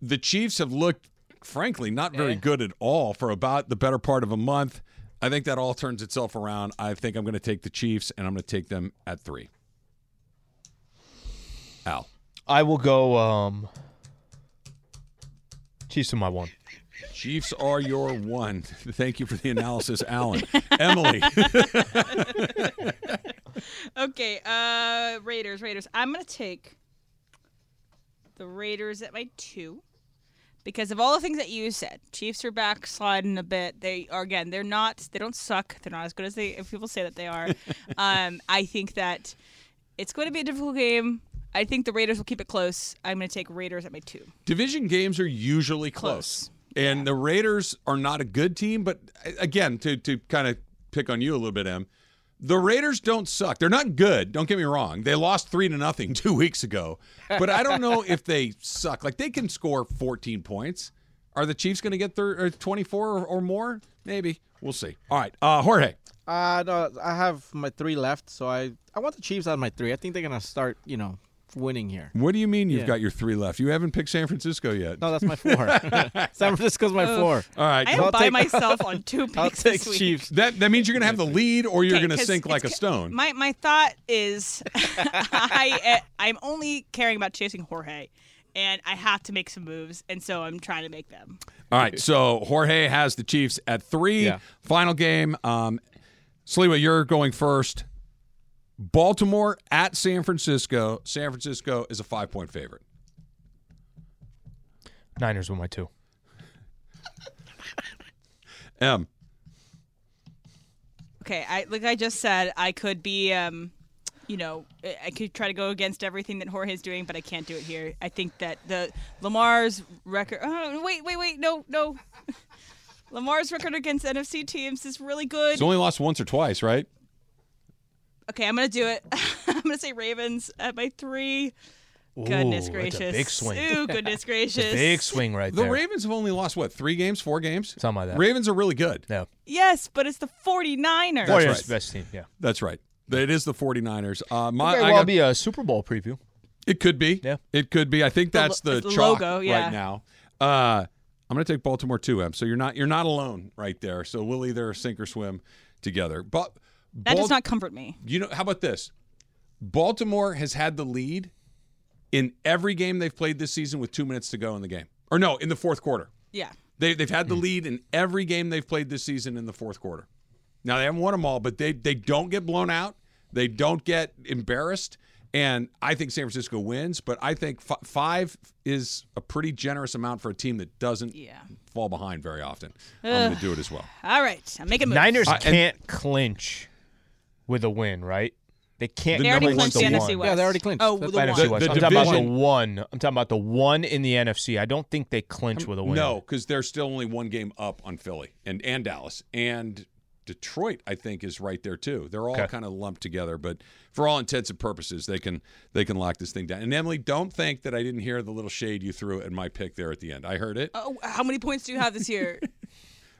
[SPEAKER 3] The Chiefs have looked, frankly, not very good at all for about the better part of a month. I think that all turns itself around. I think I'm going to take the Chiefs and I'm going to take them at three. Al.
[SPEAKER 4] I will go um, Chiefs in my one.
[SPEAKER 3] Chiefs are your one. Thank you for the analysis, Alan. Emily.
[SPEAKER 2] Okay, uh Raiders, Raiders. I'm gonna take the Raiders at my two. Because of all the things that you said, Chiefs are back sliding a bit. They are again, they're not they don't suck. They're not as good as they if people say that they are. um, I think that it's gonna be a difficult game. I think the Raiders will keep it close. I'm gonna take Raiders at my two.
[SPEAKER 3] Division games are usually close. And the Raiders are not a good team, but uh, again, to, to kind of pick on you a little bit, Em, the Raiders don't suck. They're not good. Don't get me wrong. They lost three to nothing two weeks ago, but I don't know if they suck. Like they can score 14 points. Are the Chiefs going to get thir- or 24 or, or more? Maybe. We'll see. All right. Uh, Jorge.
[SPEAKER 5] Uh no, I have my three left, so I I want the Chiefs on my three. I think they're gonna start, you know, winning here.
[SPEAKER 3] What do you mean you've
[SPEAKER 5] Yeah.
[SPEAKER 3] got your three left? You haven't picked San Francisco yet.
[SPEAKER 5] No, that's my four. San Francisco's my
[SPEAKER 2] Ugh.
[SPEAKER 5] four.
[SPEAKER 3] All right.
[SPEAKER 2] Oh, I am
[SPEAKER 3] I'll
[SPEAKER 2] by
[SPEAKER 3] take-
[SPEAKER 2] myself on two picks
[SPEAKER 5] I'll take
[SPEAKER 2] this week.
[SPEAKER 5] Chiefs.
[SPEAKER 3] That that means you're gonna have the lead, or you're
[SPEAKER 2] Okay,
[SPEAKER 3] gonna
[SPEAKER 2] 'cause
[SPEAKER 3] sink like a
[SPEAKER 2] it's-
[SPEAKER 3] stone.
[SPEAKER 2] My my thought is, I eh, I'm only caring about chasing Jorge, and I have to make some moves, and so I'm trying to make them.
[SPEAKER 3] All right, so Jorge has the Chiefs at three. Final game. Um, Sliwa, you're going first. Baltimore at San Francisco. San Francisco is a five point favorite.
[SPEAKER 4] Niners with my two.
[SPEAKER 3] M.
[SPEAKER 2] Okay, I like I just said, I could be um, you know, I- I could try to go against everything that Jorge's doing, but I can't do it here. I think that the Lamar's record. Oh, wait, wait, wait, no, no. Lamar's record against NFC teams is really good.
[SPEAKER 3] He's only lost once or twice, right?
[SPEAKER 2] Okay, I'm gonna do it. I'm gonna say Ravens at my three.
[SPEAKER 4] Ooh,
[SPEAKER 2] Goodness
[SPEAKER 4] that's
[SPEAKER 2] gracious!
[SPEAKER 4] a big swing.
[SPEAKER 2] Ooh, goodness
[SPEAKER 4] It's a
[SPEAKER 2] gracious!
[SPEAKER 4] big swing right
[SPEAKER 3] The
[SPEAKER 4] there.
[SPEAKER 3] Ravens have only lost what three games, four games?
[SPEAKER 4] Something like that.
[SPEAKER 3] Ravens are really good.
[SPEAKER 4] Yeah,
[SPEAKER 2] Yes, but it's the 49ers.
[SPEAKER 3] That's
[SPEAKER 4] Warriors
[SPEAKER 3] right.
[SPEAKER 4] best team. Yeah,
[SPEAKER 3] that's right. It is the 49ers. Uh, my,
[SPEAKER 4] Could very
[SPEAKER 3] I
[SPEAKER 4] well
[SPEAKER 3] got-
[SPEAKER 4] be a Super Bowl preview.
[SPEAKER 3] It could be. Yeah. It could be. I think
[SPEAKER 4] The lo-
[SPEAKER 3] that's the,
[SPEAKER 4] it's the
[SPEAKER 3] chalk
[SPEAKER 4] logo, yeah.
[SPEAKER 3] right now. Uh, I'm going to take Baltimore too, Em. So you're not you're not alone right there. So we'll either sink or swim together. But
[SPEAKER 2] That does not comfort me.
[SPEAKER 3] You know how about this? Baltimore has had the lead in every game they've played this season with 2 minutes to go in the game. Or no, in the fourth quarter.
[SPEAKER 2] Yeah.
[SPEAKER 3] They, they've had the lead in every game they've played this season in the fourth quarter. Now, they haven't won them all, but they, they don't get blown out. They don't get embarrassed. And I think San Francisco wins, but I think f- five is a pretty generous amount for a team that doesn't fall behind very often. I'm going
[SPEAKER 2] Ugh.
[SPEAKER 3] to do it as well.
[SPEAKER 2] All right, I'm making moves.
[SPEAKER 4] Niners
[SPEAKER 3] Uh, and-
[SPEAKER 4] can't clinch with a win, right? They can't.
[SPEAKER 2] They already clinched the NFC West.
[SPEAKER 5] Yeah, they already clinched.
[SPEAKER 2] Oh,
[SPEAKER 4] That's
[SPEAKER 2] the
[SPEAKER 4] NFC
[SPEAKER 2] one.
[SPEAKER 4] West.
[SPEAKER 3] The-
[SPEAKER 4] I'm
[SPEAKER 3] the
[SPEAKER 4] talking about the
[SPEAKER 3] division-
[SPEAKER 4] one. I'm talking about the one in the NFC. I don't think they clinch with a win.
[SPEAKER 3] Um, No, because they're still only one game up on Philly and, and Dallas. And Detroit, I think, is right there too. They're all
[SPEAKER 4] Okay.
[SPEAKER 3] kind of lumped together, but for all intents and purposes, they can they can lock this thing down. And Emily, don't think that I didn't hear the little shade you threw at my pick there at the end. I heard it.
[SPEAKER 2] Oh, how many points do you have this year?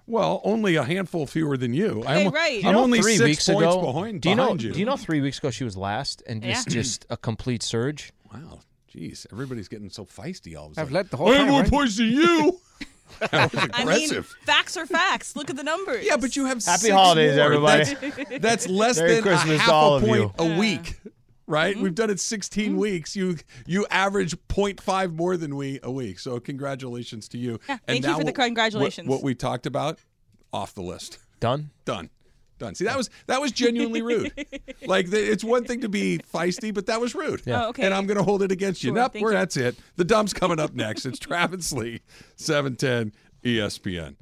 [SPEAKER 3] Well, only a handful fewer than you.
[SPEAKER 2] Hey,
[SPEAKER 3] I'm,
[SPEAKER 2] right.
[SPEAKER 3] I'm
[SPEAKER 2] You know,
[SPEAKER 3] only
[SPEAKER 4] three
[SPEAKER 3] six
[SPEAKER 4] weeks
[SPEAKER 3] points
[SPEAKER 4] ago.
[SPEAKER 3] behind,
[SPEAKER 4] do you know?
[SPEAKER 3] behind you.
[SPEAKER 4] Do you know? Three weeks ago, she was last, and
[SPEAKER 2] Yeah.
[SPEAKER 4] it's just a complete surge.
[SPEAKER 3] Wow, jeez, everybody's getting so feisty all of a sudden.
[SPEAKER 5] I've led the whole
[SPEAKER 3] I have
[SPEAKER 5] time,
[SPEAKER 3] more
[SPEAKER 5] right?
[SPEAKER 3] points than you. that was
[SPEAKER 2] I mean,
[SPEAKER 3] aggressive.
[SPEAKER 2] facts are facts. Look at the numbers.
[SPEAKER 3] Yeah, but you have
[SPEAKER 4] Happy
[SPEAKER 3] six
[SPEAKER 4] holidays,
[SPEAKER 3] more.
[SPEAKER 4] everybody.
[SPEAKER 3] That's, that's less
[SPEAKER 4] Merry
[SPEAKER 3] than a
[SPEAKER 4] Christmas to
[SPEAKER 3] half
[SPEAKER 4] all
[SPEAKER 3] a
[SPEAKER 4] of you.
[SPEAKER 3] point a week, right?
[SPEAKER 2] Mm-hmm.
[SPEAKER 3] We've done it 16 weeks. You you average 0.5 more than we a week. So congratulations to you.
[SPEAKER 2] Yeah, thank you for the
[SPEAKER 3] what- what-
[SPEAKER 2] congratulations.
[SPEAKER 3] What, we talked about off the list.
[SPEAKER 4] Done.
[SPEAKER 3] Done. Done. See, that was that was genuinely rude. like the, it's one thing to be feisty, but that was rude.
[SPEAKER 2] Yeah. Oh, okay.
[SPEAKER 3] And I'm going to hold it against you.
[SPEAKER 2] Sure,
[SPEAKER 3] nope,
[SPEAKER 2] thank
[SPEAKER 3] we're,
[SPEAKER 2] you.
[SPEAKER 3] that's it. The dump's coming up next. It's Travis Lee, E 710 ESPN.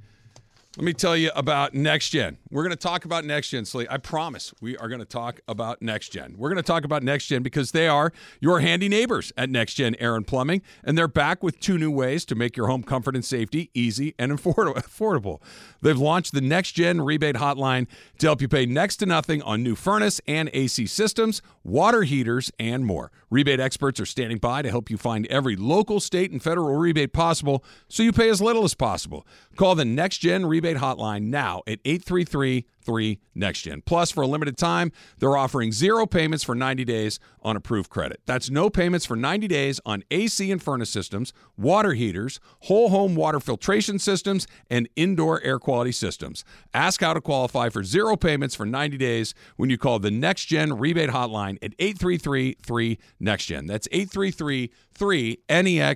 [SPEAKER 3] Let me tell you about next gen. We're going to talk about next gen, Slee. I promise we are going to talk about next gen. We're going to talk about next gen because they are your handy neighbors at Next Gen Air and Plumbing, and they're back with two new ways to make your home comfort and safety easy and afford- affordable. They've launched the Next Gen Rebate Hotline to help you pay next to nothing on new furnace and AC systems, water heaters, and more. Rebate experts are standing by to help you find every local, state, and federal rebate possible so you pay as little as possible. Call the Next Gen Rebate Hotline now at 833 3 NextGen. Plus, for a limited time, they're offering zero payments for 90 days on approved credit. That's no payments for 90 days on AC and furnace systems, water heaters, whole home water filtration systems, and indoor air quality systems. Ask how to qualify for zero payments for 90 days when you call the Next Gen Rebate Hotline at 833 3 NextGen. That's 833 3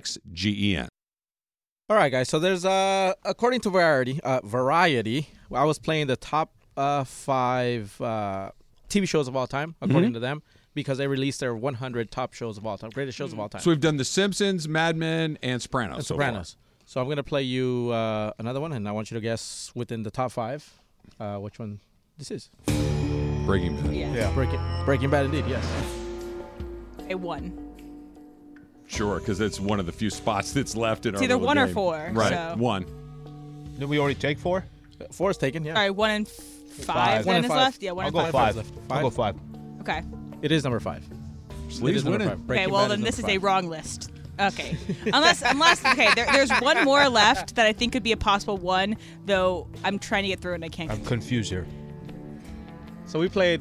[SPEAKER 3] NEXGEN.
[SPEAKER 5] All right, guys. So there's uh, according to Variety, uh, Variety, I was playing the top uh, five uh, TV shows of all time, according to them, because they released their 100 top shows of all time, greatest shows of all time.
[SPEAKER 3] So we've done The Simpsons, Mad Men, and Sopranos. so far.
[SPEAKER 5] Sopranos. So I'm gonna play you uh, another one, and I want you to guess within the top five uh, which one this is.
[SPEAKER 3] Breaking Bad.
[SPEAKER 5] Yeah. Breaking Breaking Bad, indeed. Yes.
[SPEAKER 2] I won.
[SPEAKER 3] Sure, because it's one of the few spots that's left in our.
[SPEAKER 2] either
[SPEAKER 3] little
[SPEAKER 2] one or
[SPEAKER 3] game.
[SPEAKER 2] four,
[SPEAKER 3] Right,
[SPEAKER 2] so-
[SPEAKER 3] one.
[SPEAKER 4] Did we already take four?
[SPEAKER 5] Four is taken. Yeah.
[SPEAKER 2] All right, one and f- five.
[SPEAKER 5] Five. One
[SPEAKER 2] Then
[SPEAKER 5] and
[SPEAKER 2] is
[SPEAKER 5] five.
[SPEAKER 2] left. Yeah, one
[SPEAKER 4] I'll
[SPEAKER 2] and
[SPEAKER 4] go
[SPEAKER 2] five.
[SPEAKER 4] five.
[SPEAKER 5] Five is left.
[SPEAKER 4] I'll go five.
[SPEAKER 2] Okay.
[SPEAKER 5] It is number five. It
[SPEAKER 3] Sleeves
[SPEAKER 5] is number
[SPEAKER 3] winning.
[SPEAKER 5] five.
[SPEAKER 2] Okay.
[SPEAKER 5] Breaking
[SPEAKER 2] Well,
[SPEAKER 5] Bad
[SPEAKER 2] then
[SPEAKER 5] is
[SPEAKER 2] this is
[SPEAKER 5] number
[SPEAKER 2] a
[SPEAKER 5] five.
[SPEAKER 2] wrong list. Okay. Unless, unless, okay. There, there's one more left that I think could be a possible one, though. I'm trying to get through and I can't.
[SPEAKER 4] I'm confused here.
[SPEAKER 5] So we played.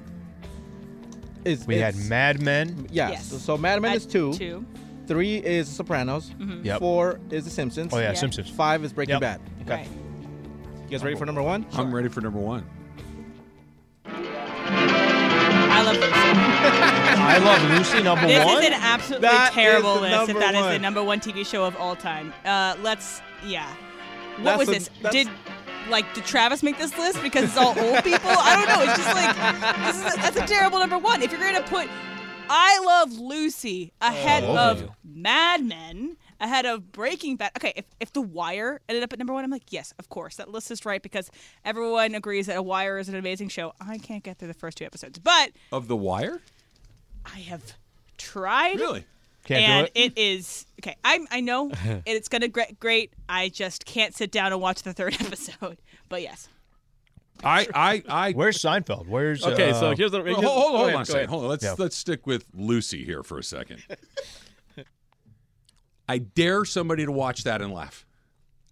[SPEAKER 5] It's,
[SPEAKER 4] We had
[SPEAKER 5] it's-
[SPEAKER 4] Mad Men.
[SPEAKER 5] Yeah.
[SPEAKER 2] Yes.
[SPEAKER 5] So, so Mad Men
[SPEAKER 2] At
[SPEAKER 5] is two.
[SPEAKER 2] Two.
[SPEAKER 5] Three is Sopranos.
[SPEAKER 4] Yep.
[SPEAKER 5] Four is The Simpsons.
[SPEAKER 4] Oh yeah,
[SPEAKER 2] Yeah.
[SPEAKER 4] Simpsons.
[SPEAKER 5] Five is Breaking
[SPEAKER 4] Yep.
[SPEAKER 5] Bad.
[SPEAKER 2] Right.
[SPEAKER 5] You guys ready for number one?
[SPEAKER 3] I'm ready for number one.
[SPEAKER 2] I love this.
[SPEAKER 4] I love Lucy number
[SPEAKER 2] This
[SPEAKER 4] one.
[SPEAKER 2] is an absolutely
[SPEAKER 5] That is
[SPEAKER 2] terrible
[SPEAKER 5] the
[SPEAKER 2] list. If
[SPEAKER 5] number
[SPEAKER 2] that is the
[SPEAKER 5] one.
[SPEAKER 2] number one TV show of all time, uh, let's. Yeah. What
[SPEAKER 5] That's
[SPEAKER 2] was
[SPEAKER 5] a-
[SPEAKER 2] this?
[SPEAKER 5] that's-
[SPEAKER 2] Did like did Travis make this list because it's all old people? I don't know. It's just like this is a, that's a terrible number one. If you're gonna put I Love Lucy ahead of Mad Men. Ahead of Breaking Bad. Okay, if, if The Wire ended up at number one, I'm like, yes, of course. That list is right because everyone agrees that A Wire is an amazing show. I can't get through the first two episodes, but
[SPEAKER 3] Of The Wire?
[SPEAKER 2] I have tried
[SPEAKER 3] Really?
[SPEAKER 4] Can't
[SPEAKER 2] and
[SPEAKER 4] do it.
[SPEAKER 2] it is okay. I'm I know it's gonna great. Great. I just can't sit down and watch the third episode. But yes,
[SPEAKER 3] I, I, I.
[SPEAKER 4] Where's Seinfeld? Where's
[SPEAKER 5] Okay.
[SPEAKER 4] uh,
[SPEAKER 5] so here's the.
[SPEAKER 3] Well,
[SPEAKER 5] here's-
[SPEAKER 3] hold, hold,
[SPEAKER 5] go
[SPEAKER 3] hold
[SPEAKER 5] ahead,
[SPEAKER 3] on a
[SPEAKER 5] go
[SPEAKER 3] second.
[SPEAKER 5] ahead.
[SPEAKER 3] Hold on. Let's
[SPEAKER 4] Yeah.
[SPEAKER 3] let's stick with Lucy here for a second. I dare somebody to watch that and laugh.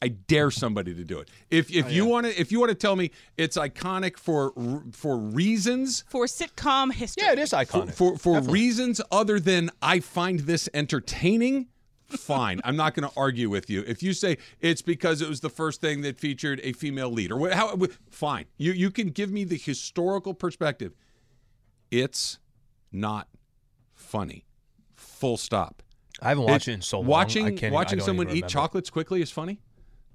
[SPEAKER 3] I dare somebody to do it. If if you want to if you want to tell me it's iconic for r- for reasons
[SPEAKER 2] for sitcom history.
[SPEAKER 4] Yeah, it is iconic.
[SPEAKER 3] for for reasons other than I find this entertaining. Fine, I'm not going to argue with you. If you say it's because it was the first thing that featured a female lead, or wha- how, wha- fine, you you can give me the historical perspective. It's not funny. Full stop.
[SPEAKER 4] I haven't watched it, in so long.
[SPEAKER 3] Watching
[SPEAKER 4] I can't even- I
[SPEAKER 3] watching
[SPEAKER 4] don't
[SPEAKER 3] someone eat
[SPEAKER 4] even remember.
[SPEAKER 3] chocolates quickly is funny.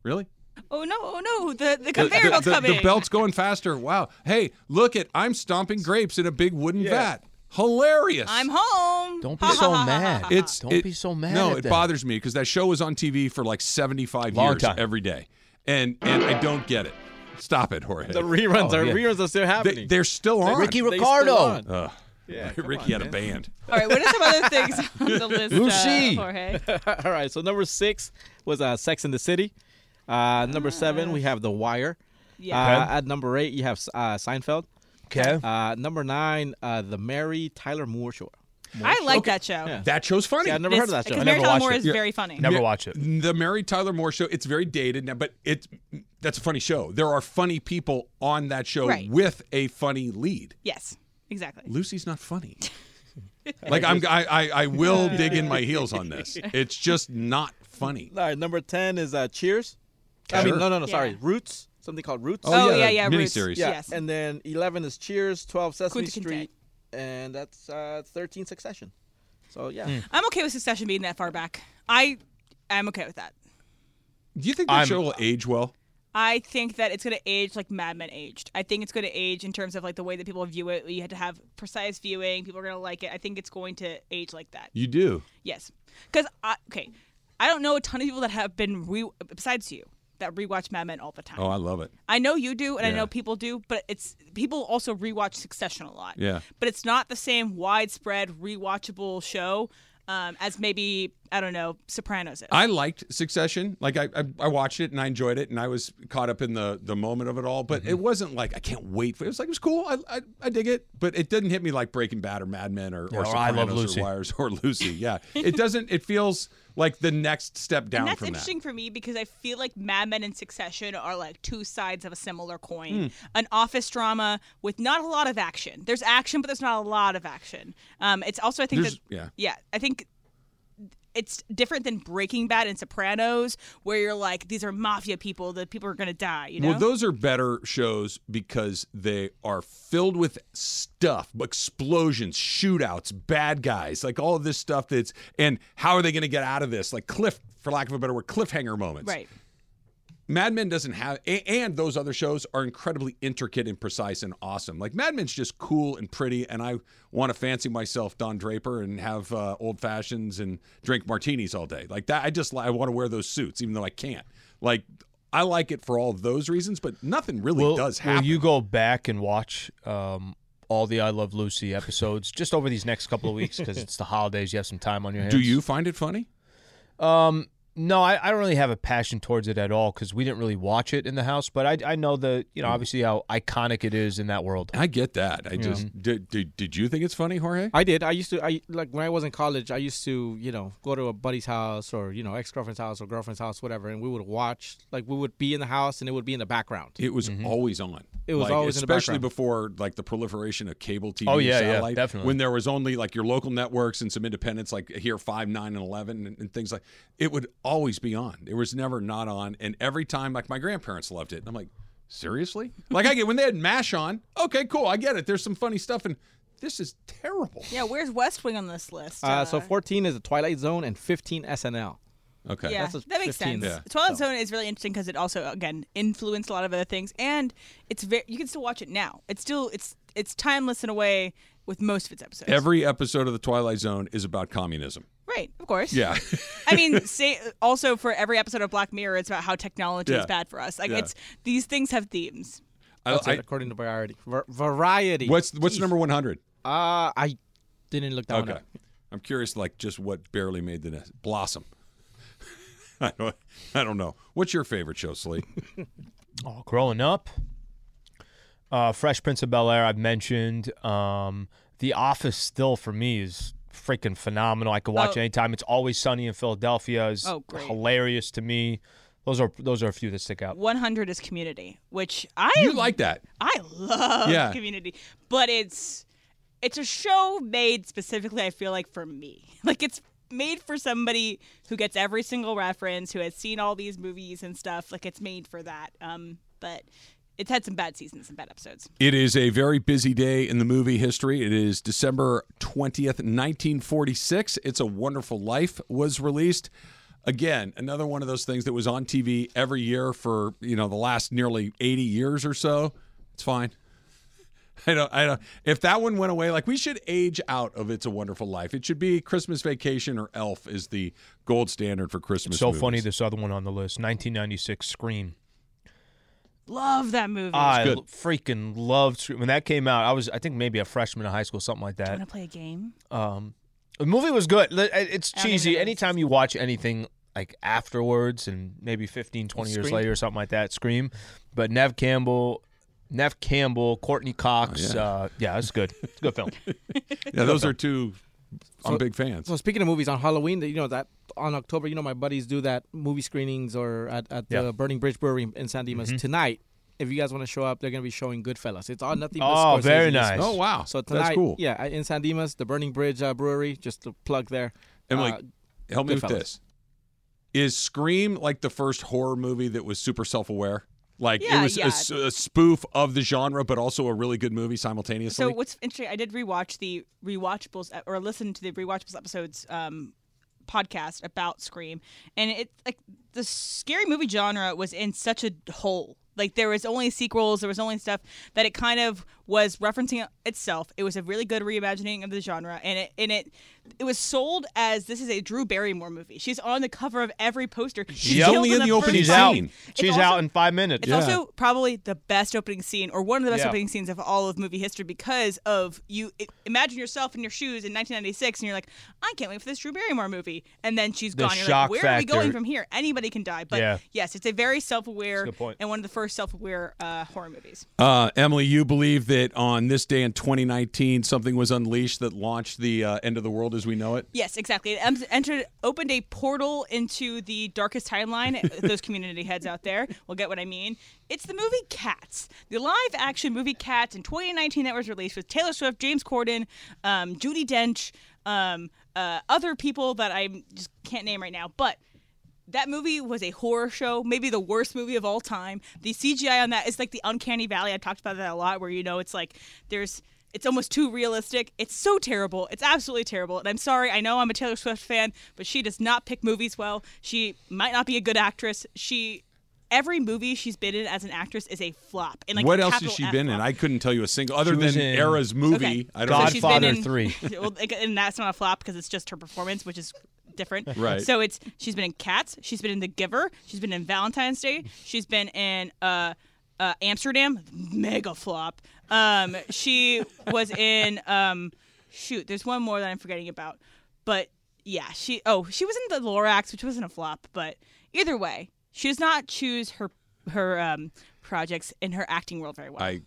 [SPEAKER 3] Really?
[SPEAKER 2] Oh no! Oh no! The the
[SPEAKER 3] The-
[SPEAKER 2] conveyor
[SPEAKER 3] the,
[SPEAKER 2] belt's
[SPEAKER 3] the- the
[SPEAKER 2] coming.
[SPEAKER 3] belt's going faster. Wow. Hey, look at I'm stomping grapes in a big wooden vat. Hilarious.
[SPEAKER 2] I'm home.
[SPEAKER 4] Don't be
[SPEAKER 2] Ha, ha,
[SPEAKER 4] so
[SPEAKER 2] ha, ha,
[SPEAKER 4] mad.
[SPEAKER 2] ha, ha.
[SPEAKER 3] It's
[SPEAKER 4] Don't
[SPEAKER 3] it-
[SPEAKER 4] be so mad
[SPEAKER 3] No,
[SPEAKER 4] at
[SPEAKER 3] it
[SPEAKER 4] them.
[SPEAKER 3] bothers me because that show was on TV for like seventy-five
[SPEAKER 4] Long
[SPEAKER 3] years
[SPEAKER 4] time.
[SPEAKER 3] every day, and and I don't get it. Stop it, Jorge.
[SPEAKER 5] The reruns
[SPEAKER 4] Oh,
[SPEAKER 5] are
[SPEAKER 4] yeah.
[SPEAKER 5] reruns are still happening.
[SPEAKER 3] they, are still on.
[SPEAKER 4] Ricky
[SPEAKER 5] They still
[SPEAKER 4] Ricardo.
[SPEAKER 5] on.
[SPEAKER 3] Ugh.
[SPEAKER 5] Yeah, come
[SPEAKER 3] Ricky
[SPEAKER 5] on,
[SPEAKER 3] had a
[SPEAKER 5] man.
[SPEAKER 3] band.
[SPEAKER 2] All right, what are some other things on the list, uh,
[SPEAKER 5] Lucy.
[SPEAKER 2] Jorge?
[SPEAKER 5] All right, so number six was uh, Sex in the City. Uh, number seven,
[SPEAKER 4] Ah.
[SPEAKER 5] we have The Wire.
[SPEAKER 2] Yeah.
[SPEAKER 5] Uh,
[SPEAKER 2] Okay.
[SPEAKER 5] at number eight, you have uh, Seinfeld.
[SPEAKER 4] Okay.
[SPEAKER 5] Uh, number nine, uh, The Mary Tyler Moore Show.
[SPEAKER 2] I like that show.
[SPEAKER 3] That show's funny.
[SPEAKER 5] See, I've never It heard of is- that show. 'cause
[SPEAKER 3] I
[SPEAKER 5] Mary
[SPEAKER 3] never
[SPEAKER 5] Tyler
[SPEAKER 3] watched
[SPEAKER 5] Moore
[SPEAKER 3] it.
[SPEAKER 5] is very funny.
[SPEAKER 4] Never
[SPEAKER 3] Yeah,
[SPEAKER 4] watch it.
[SPEAKER 3] The Mary Tyler Moore show. It's very dated now, but it's that's a funny show. There are funny people on that show
[SPEAKER 2] Right.
[SPEAKER 3] with a funny lead.
[SPEAKER 2] Yes, exactly.
[SPEAKER 3] Lucy's not funny. Like I'm, I, I, I will dig in my heels on this. It's just not funny.
[SPEAKER 5] All right, number ten is uh, Cheers. I mean,
[SPEAKER 3] Sure.
[SPEAKER 5] no, no, no,
[SPEAKER 3] Yeah.
[SPEAKER 5] sorry, Roots. Something called Roots.
[SPEAKER 3] Oh, Oh, yeah, yeah, yeah, Roots. miniseries.
[SPEAKER 5] Yeah.
[SPEAKER 3] Yes.
[SPEAKER 5] And then eleven is Cheers. Twelve Sesame
[SPEAKER 2] Kunta Kinte.
[SPEAKER 5] Street. And that's uh, thirteen Succession. So yeah.
[SPEAKER 2] I'm okay with Succession being that far back. I I'm okay with that.
[SPEAKER 3] Do you think that
[SPEAKER 5] I'm-
[SPEAKER 3] show will age well?
[SPEAKER 2] I think that it's going to age like Mad Men aged. I think it's going to age in terms of like the way that people view it. You had to have precise viewing. People are going to like it. I think it's going to age like that.
[SPEAKER 3] You do.
[SPEAKER 2] Yes, because okay, I don't know a ton of people that have been re besides you that rewatch Mad Men all the time.
[SPEAKER 3] Oh, I love it.
[SPEAKER 2] I know you do, and I
[SPEAKER 3] Yeah.
[SPEAKER 2] know people do, but it's people also rewatch Succession a lot.
[SPEAKER 3] Yeah.
[SPEAKER 2] but it's not the same widespread rewatchable show um, as maybe I don't know Sopranos is.
[SPEAKER 3] I liked Succession. Like I, I, I watched it and I enjoyed it, and I was caught up in the the moment of it all. But it
[SPEAKER 2] Mm-hmm.
[SPEAKER 3] wasn't like I can't wait for. It was like it was cool. I, I, I dig it, but it didn't hit me like Breaking Bad or Mad Men or,
[SPEAKER 4] Yeah,
[SPEAKER 2] Oh,
[SPEAKER 3] or,
[SPEAKER 4] or I Love
[SPEAKER 3] Sopranos
[SPEAKER 4] Lucy.
[SPEAKER 3] or Wires or Lucy. Yeah, it doesn't. It feels like the next step down
[SPEAKER 2] and that's
[SPEAKER 3] from
[SPEAKER 2] interesting for me because I feel like Mad Men and Succession are like two sides of a similar coin.
[SPEAKER 3] Hmm.
[SPEAKER 2] An office drama with not a lot of action. There's action, but there's not a lot of action. Um, it's also I think
[SPEAKER 3] There's-
[SPEAKER 2] that
[SPEAKER 3] yeah.
[SPEAKER 2] I think it's different than Breaking Bad and Sopranos, where you're like these are mafia people. The people are gonna die. You know.
[SPEAKER 3] Well, those are better shows because they are filled with stuff, explosions, shootouts, bad guys, like all of this stuff that's and how are they going to get out of this? Like cliff for lack of a better word, cliffhanger moments.
[SPEAKER 2] right.
[SPEAKER 3] Mad Men doesn't have a- and those other shows are incredibly intricate and precise and awesome. Like Mad Men's just cool and pretty and I want to fancy myself Don Draper and have uh, old fashions and drink martinis all day. Like that I just li- I want to wear those suits even though I can't. Like I like it for all of those reasons, but nothing really
[SPEAKER 4] will,
[SPEAKER 3] does
[SPEAKER 4] will
[SPEAKER 3] happen.
[SPEAKER 4] you go back and watch um, all the I Love Lucy episodes just over these next couple of weeks because it's the holidays? You have some time on your hands.
[SPEAKER 3] Do you find it funny?
[SPEAKER 4] Um, no, I, I don't really have a passion towards it at all because we didn't really watch it in the house. But I, I know the you know
[SPEAKER 3] Mm.
[SPEAKER 4] obviously how iconic it is in that world.
[SPEAKER 3] I get that. I just did, did. Did you think it's funny, Jorge?
[SPEAKER 5] I did. I used to. I like when I was in college. I used to, you know, go to a buddy's house or you know ex girlfriend's house or girlfriend's house, whatever, and we would watch. Like we would be in the house and it would be in the background.
[SPEAKER 3] It was always on.
[SPEAKER 5] Mm-hmm. It was
[SPEAKER 3] Like,
[SPEAKER 5] always in the
[SPEAKER 3] especially
[SPEAKER 5] background.
[SPEAKER 3] before like the proliferation of cable TV.
[SPEAKER 4] Oh,
[SPEAKER 3] and
[SPEAKER 4] yeah, yeah,
[SPEAKER 3] satellite,
[SPEAKER 4] definitely.
[SPEAKER 3] When there was only like your local networks and some independents, like here five, nine, and eleven, and, and things like it would always be on. It was never not on. And every time, like my grandparents loved it, and I'm like, seriously? Like I get when they had Mash on. Okay, cool, I get it. There's some funny stuff, and this is terrible.
[SPEAKER 2] Yeah. Where's West Wing on this list?
[SPEAKER 5] Uh, so 14 is the Twilight Zone and 15 SNL.
[SPEAKER 3] Okay,
[SPEAKER 2] Yeah,
[SPEAKER 5] That's a
[SPEAKER 2] that makes
[SPEAKER 5] 15.
[SPEAKER 2] sense.
[SPEAKER 5] Yeah.
[SPEAKER 2] Twilight Zone is really interesting because it also, again, influenced a lot of other things, and it's very you can still watch it now. It's still it's it's timeless in a way with most of its episodes.
[SPEAKER 3] Every episode of the Twilight Zone is about communism.
[SPEAKER 2] right, of course.
[SPEAKER 3] Yeah.
[SPEAKER 2] I mean, say also for every episode of Black Mirror, it's about how technology
[SPEAKER 3] Yeah.
[SPEAKER 2] is bad for us. Like
[SPEAKER 3] Yeah.
[SPEAKER 2] it's these things have themes.
[SPEAKER 3] I-
[SPEAKER 5] That's
[SPEAKER 3] I-
[SPEAKER 5] it, according to variety. Var- variety.
[SPEAKER 3] What's what's
[SPEAKER 5] Jeez.
[SPEAKER 3] number one hundred?
[SPEAKER 5] Uh, I didn't look that one
[SPEAKER 3] Okay.
[SPEAKER 5] up.
[SPEAKER 3] I'm curious, like, just what barely made the nest. Blossom. I don't, I don't know. What's your favorite show, Slee?
[SPEAKER 4] Oh, growing up, uh, Fresh Prince of Bel Air, I've mentioned. Um, the Office still for me is freaking phenomenal. I could watch it
[SPEAKER 2] Oh.
[SPEAKER 4] anytime. It's always sunny in Philadelphia. is
[SPEAKER 2] Oh, great.
[SPEAKER 4] hilarious to me. Those are those are a few that stick out.
[SPEAKER 2] One hundred is Community, which I
[SPEAKER 3] You like that?
[SPEAKER 2] I love
[SPEAKER 4] Yeah.
[SPEAKER 2] Community, but it's it's a show made specifically. I feel like for me, like it's made for somebody who gets every single reference, who has seen all these movies and stuff. Like it's made for that. Um, but it's had some bad seasons and bad episodes.
[SPEAKER 3] It is a very busy day in the movie history. It is December 20th, 1946. It's a Wonderful Life was released. Again, another one of those things that was on TV every year for, you know, the last nearly 80 years or so. It's fine. I don't I don't if that one went away like we should age out of It's a Wonderful Life. It should be Christmas Vacation or Elf is the gold standard for Christmas
[SPEAKER 4] so
[SPEAKER 3] movies.
[SPEAKER 4] funny this other one on the list 1996 scream
[SPEAKER 2] Love that movie.
[SPEAKER 4] I l- freaking loved Scream. when that came out. I was, I think, maybe a freshman in high school, something like
[SPEAKER 2] Want
[SPEAKER 4] that.
[SPEAKER 2] to play a game?
[SPEAKER 4] Um, the movie was good. Li- it- It's
[SPEAKER 2] I don't even
[SPEAKER 4] cheesy.
[SPEAKER 2] know.
[SPEAKER 4] Anytime you watch anything like afterwards, and maybe 15, 20 years
[SPEAKER 2] Scream.
[SPEAKER 4] later or something like that, Scream. But Nev Campbell, Nev Campbell, Courtney Cox.
[SPEAKER 3] Oh, yeah.
[SPEAKER 4] Uh, yeah it's good. It's a good film.
[SPEAKER 3] Yeah, those are two. I'm
[SPEAKER 5] So-
[SPEAKER 3] big fans.
[SPEAKER 5] So speaking of movies on Halloween, that you know that on October, you know my buddies do that movie screenings or at, at the
[SPEAKER 4] Yeah.
[SPEAKER 5] Burning Bridge Brewery in San Dimas
[SPEAKER 4] Mhm.
[SPEAKER 5] tonight. If you guys want to show up, they're going to be showing Goodfellas. It's all nothing. But
[SPEAKER 4] Oh,
[SPEAKER 5] Scorsese's.
[SPEAKER 4] very nice.
[SPEAKER 3] Oh, wow.
[SPEAKER 5] So
[SPEAKER 3] That's
[SPEAKER 5] tonight,
[SPEAKER 3] cool.
[SPEAKER 5] Yeah, I- in San Dimas, the Burning Bridge uh, Brewery. Just a plug there.
[SPEAKER 3] Emily,
[SPEAKER 5] Uh,
[SPEAKER 3] help me with
[SPEAKER 5] Goodfellas.
[SPEAKER 3] this. Is Scream like the first horror movie that was super self-aware? Like
[SPEAKER 2] Yeah,
[SPEAKER 3] it was a
[SPEAKER 2] yeah.
[SPEAKER 3] s- a, spoof of the genre, but also a really good movie simultaneously.
[SPEAKER 2] So what's interesting? I did rewatch the rewatchables ep- or listen to the rewatchables episodes um, podcast about Scream, and it like the scary movie genre was in such a hole. Like there was only sequels, there was only stuff that it kind of was referencing itself. It was a really good reimagining of the genre, and it and it it was sold as this is a Drew Barrymore movie. She's on the cover of every poster. She's
[SPEAKER 4] Yep.
[SPEAKER 2] killed first
[SPEAKER 4] She's out.
[SPEAKER 2] scene. It's
[SPEAKER 4] She's
[SPEAKER 2] also-
[SPEAKER 4] out in five minutes.
[SPEAKER 2] it's also probably the best opening scene, or one of the best
[SPEAKER 4] Yeah.
[SPEAKER 2] opening scenes of all of movie history, because of you i- imagine yourself in your shoes in 1996, and you're like, I can't wait for this Drew Barrymore movie, and then she's
[SPEAKER 4] The
[SPEAKER 2] gone. You're
[SPEAKER 4] shock
[SPEAKER 2] like, where are we
[SPEAKER 4] factor.
[SPEAKER 2] going from here? Anybody can die. But
[SPEAKER 3] Yeah.
[SPEAKER 2] yes, it's a very
[SPEAKER 4] That's
[SPEAKER 2] self-aware
[SPEAKER 4] a good point.
[SPEAKER 2] and one of the first self-aware uh, horror movies.
[SPEAKER 3] Uh, Emily, you believe that on this day in 2019, something was unleashed that launched the uh, end of the world as we know it.
[SPEAKER 2] Yes, exactly. It em- entered, opened a portal into the darkest timeline. uh, Those community heads out there will get what I mean. It's the movie Cats, the live-action movie Cats in 2019 that was released with Taylor Swift, James Corden, um, Judy Dench, um, uh, other people that I just can't name right now. But that movie was a horror show, maybe the worst movie of all time. The CGI on that is like the uncanny valley. I talked about that a lot where you know it's like there's it's almost too realistic. It's so terrible. It's absolutely terrible. And I'm sorry. I know I'm a Taylor Swift fan, but she does not pick movies well. She might not be a good actress. She every movie she's been in as an actress is a flop. And like
[SPEAKER 3] what else has
[SPEAKER 2] capital
[SPEAKER 3] she
[SPEAKER 2] F
[SPEAKER 3] been
[SPEAKER 2] flop.
[SPEAKER 3] in? I couldn't tell you a single other
[SPEAKER 4] She
[SPEAKER 3] than
[SPEAKER 4] was in
[SPEAKER 3] Era's movie.
[SPEAKER 2] Okay.
[SPEAKER 3] I don't
[SPEAKER 2] So
[SPEAKER 3] know.
[SPEAKER 2] she's been in- well, like, and that's not a flop because it's just her performance, which is different.
[SPEAKER 3] Right.
[SPEAKER 2] So it's she's been in Cats, she's been in The Giver, she's been in Valentine's Day, she's been in uh, uh, Amsterdam, mega flop. Um, she was in um, shoot, there's one more that I'm forgetting about, but yeah, she oh she was in The Lorax, which wasn't a flop, but either way, she does not choose her her um, projects in her acting world very well.
[SPEAKER 3] I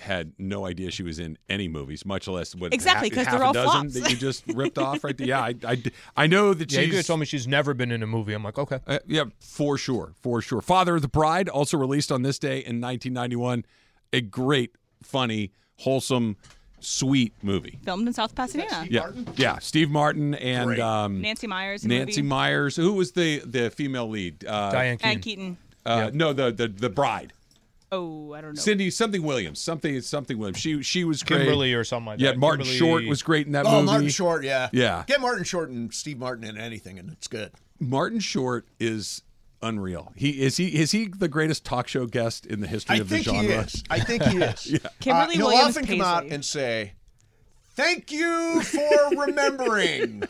[SPEAKER 3] had no idea she was in any movies, much less what
[SPEAKER 2] Exactly,
[SPEAKER 3] half-
[SPEAKER 2] 'cause
[SPEAKER 3] half
[SPEAKER 2] they're
[SPEAKER 3] a
[SPEAKER 2] all
[SPEAKER 3] dozen
[SPEAKER 2] flops.
[SPEAKER 3] that you just ripped off right there. Yeah, I, I, I know that
[SPEAKER 4] Yeah, you
[SPEAKER 3] she's
[SPEAKER 4] could have told me she's never been in a movie. I'm like, okay.
[SPEAKER 3] Uh, yeah, for sure, for sure. Father of the Bride, also released on this day in 1991, a great, funny, wholesome, sweet movie.
[SPEAKER 2] Filmed in South Pasadena.
[SPEAKER 3] yeah, yeah. Steve Martin and um,
[SPEAKER 2] Nancy Myers. in the
[SPEAKER 3] Nancy
[SPEAKER 2] movie.
[SPEAKER 3] Myers. Who was the the female lead? Uh,
[SPEAKER 4] Diane
[SPEAKER 2] Ann Keaton.
[SPEAKER 3] Uh, No, the the the bride.
[SPEAKER 2] Oh, I don't know.
[SPEAKER 3] Cindy something Williams, something something Williams. She she was great.
[SPEAKER 4] Kimberly or something like
[SPEAKER 3] yeah,
[SPEAKER 4] that.
[SPEAKER 3] Martin
[SPEAKER 4] Kimberly-
[SPEAKER 3] Short was great in that
[SPEAKER 11] oh,
[SPEAKER 3] movie.
[SPEAKER 11] Martin Short, yeah.
[SPEAKER 3] Yeah.
[SPEAKER 11] Get Martin Short and Steve Martin in anything, and it's good.
[SPEAKER 3] Martin Short is unreal. He is he is he the greatest talk show guest in the history
[SPEAKER 11] I
[SPEAKER 3] of the
[SPEAKER 11] think
[SPEAKER 3] genre?
[SPEAKER 11] he is. I think he is. Uh,
[SPEAKER 3] Yeah.
[SPEAKER 2] Kimberly
[SPEAKER 11] he'll
[SPEAKER 2] Williams
[SPEAKER 11] often come out
[SPEAKER 2] Paisley.
[SPEAKER 11] and say, "Thank you for remembering,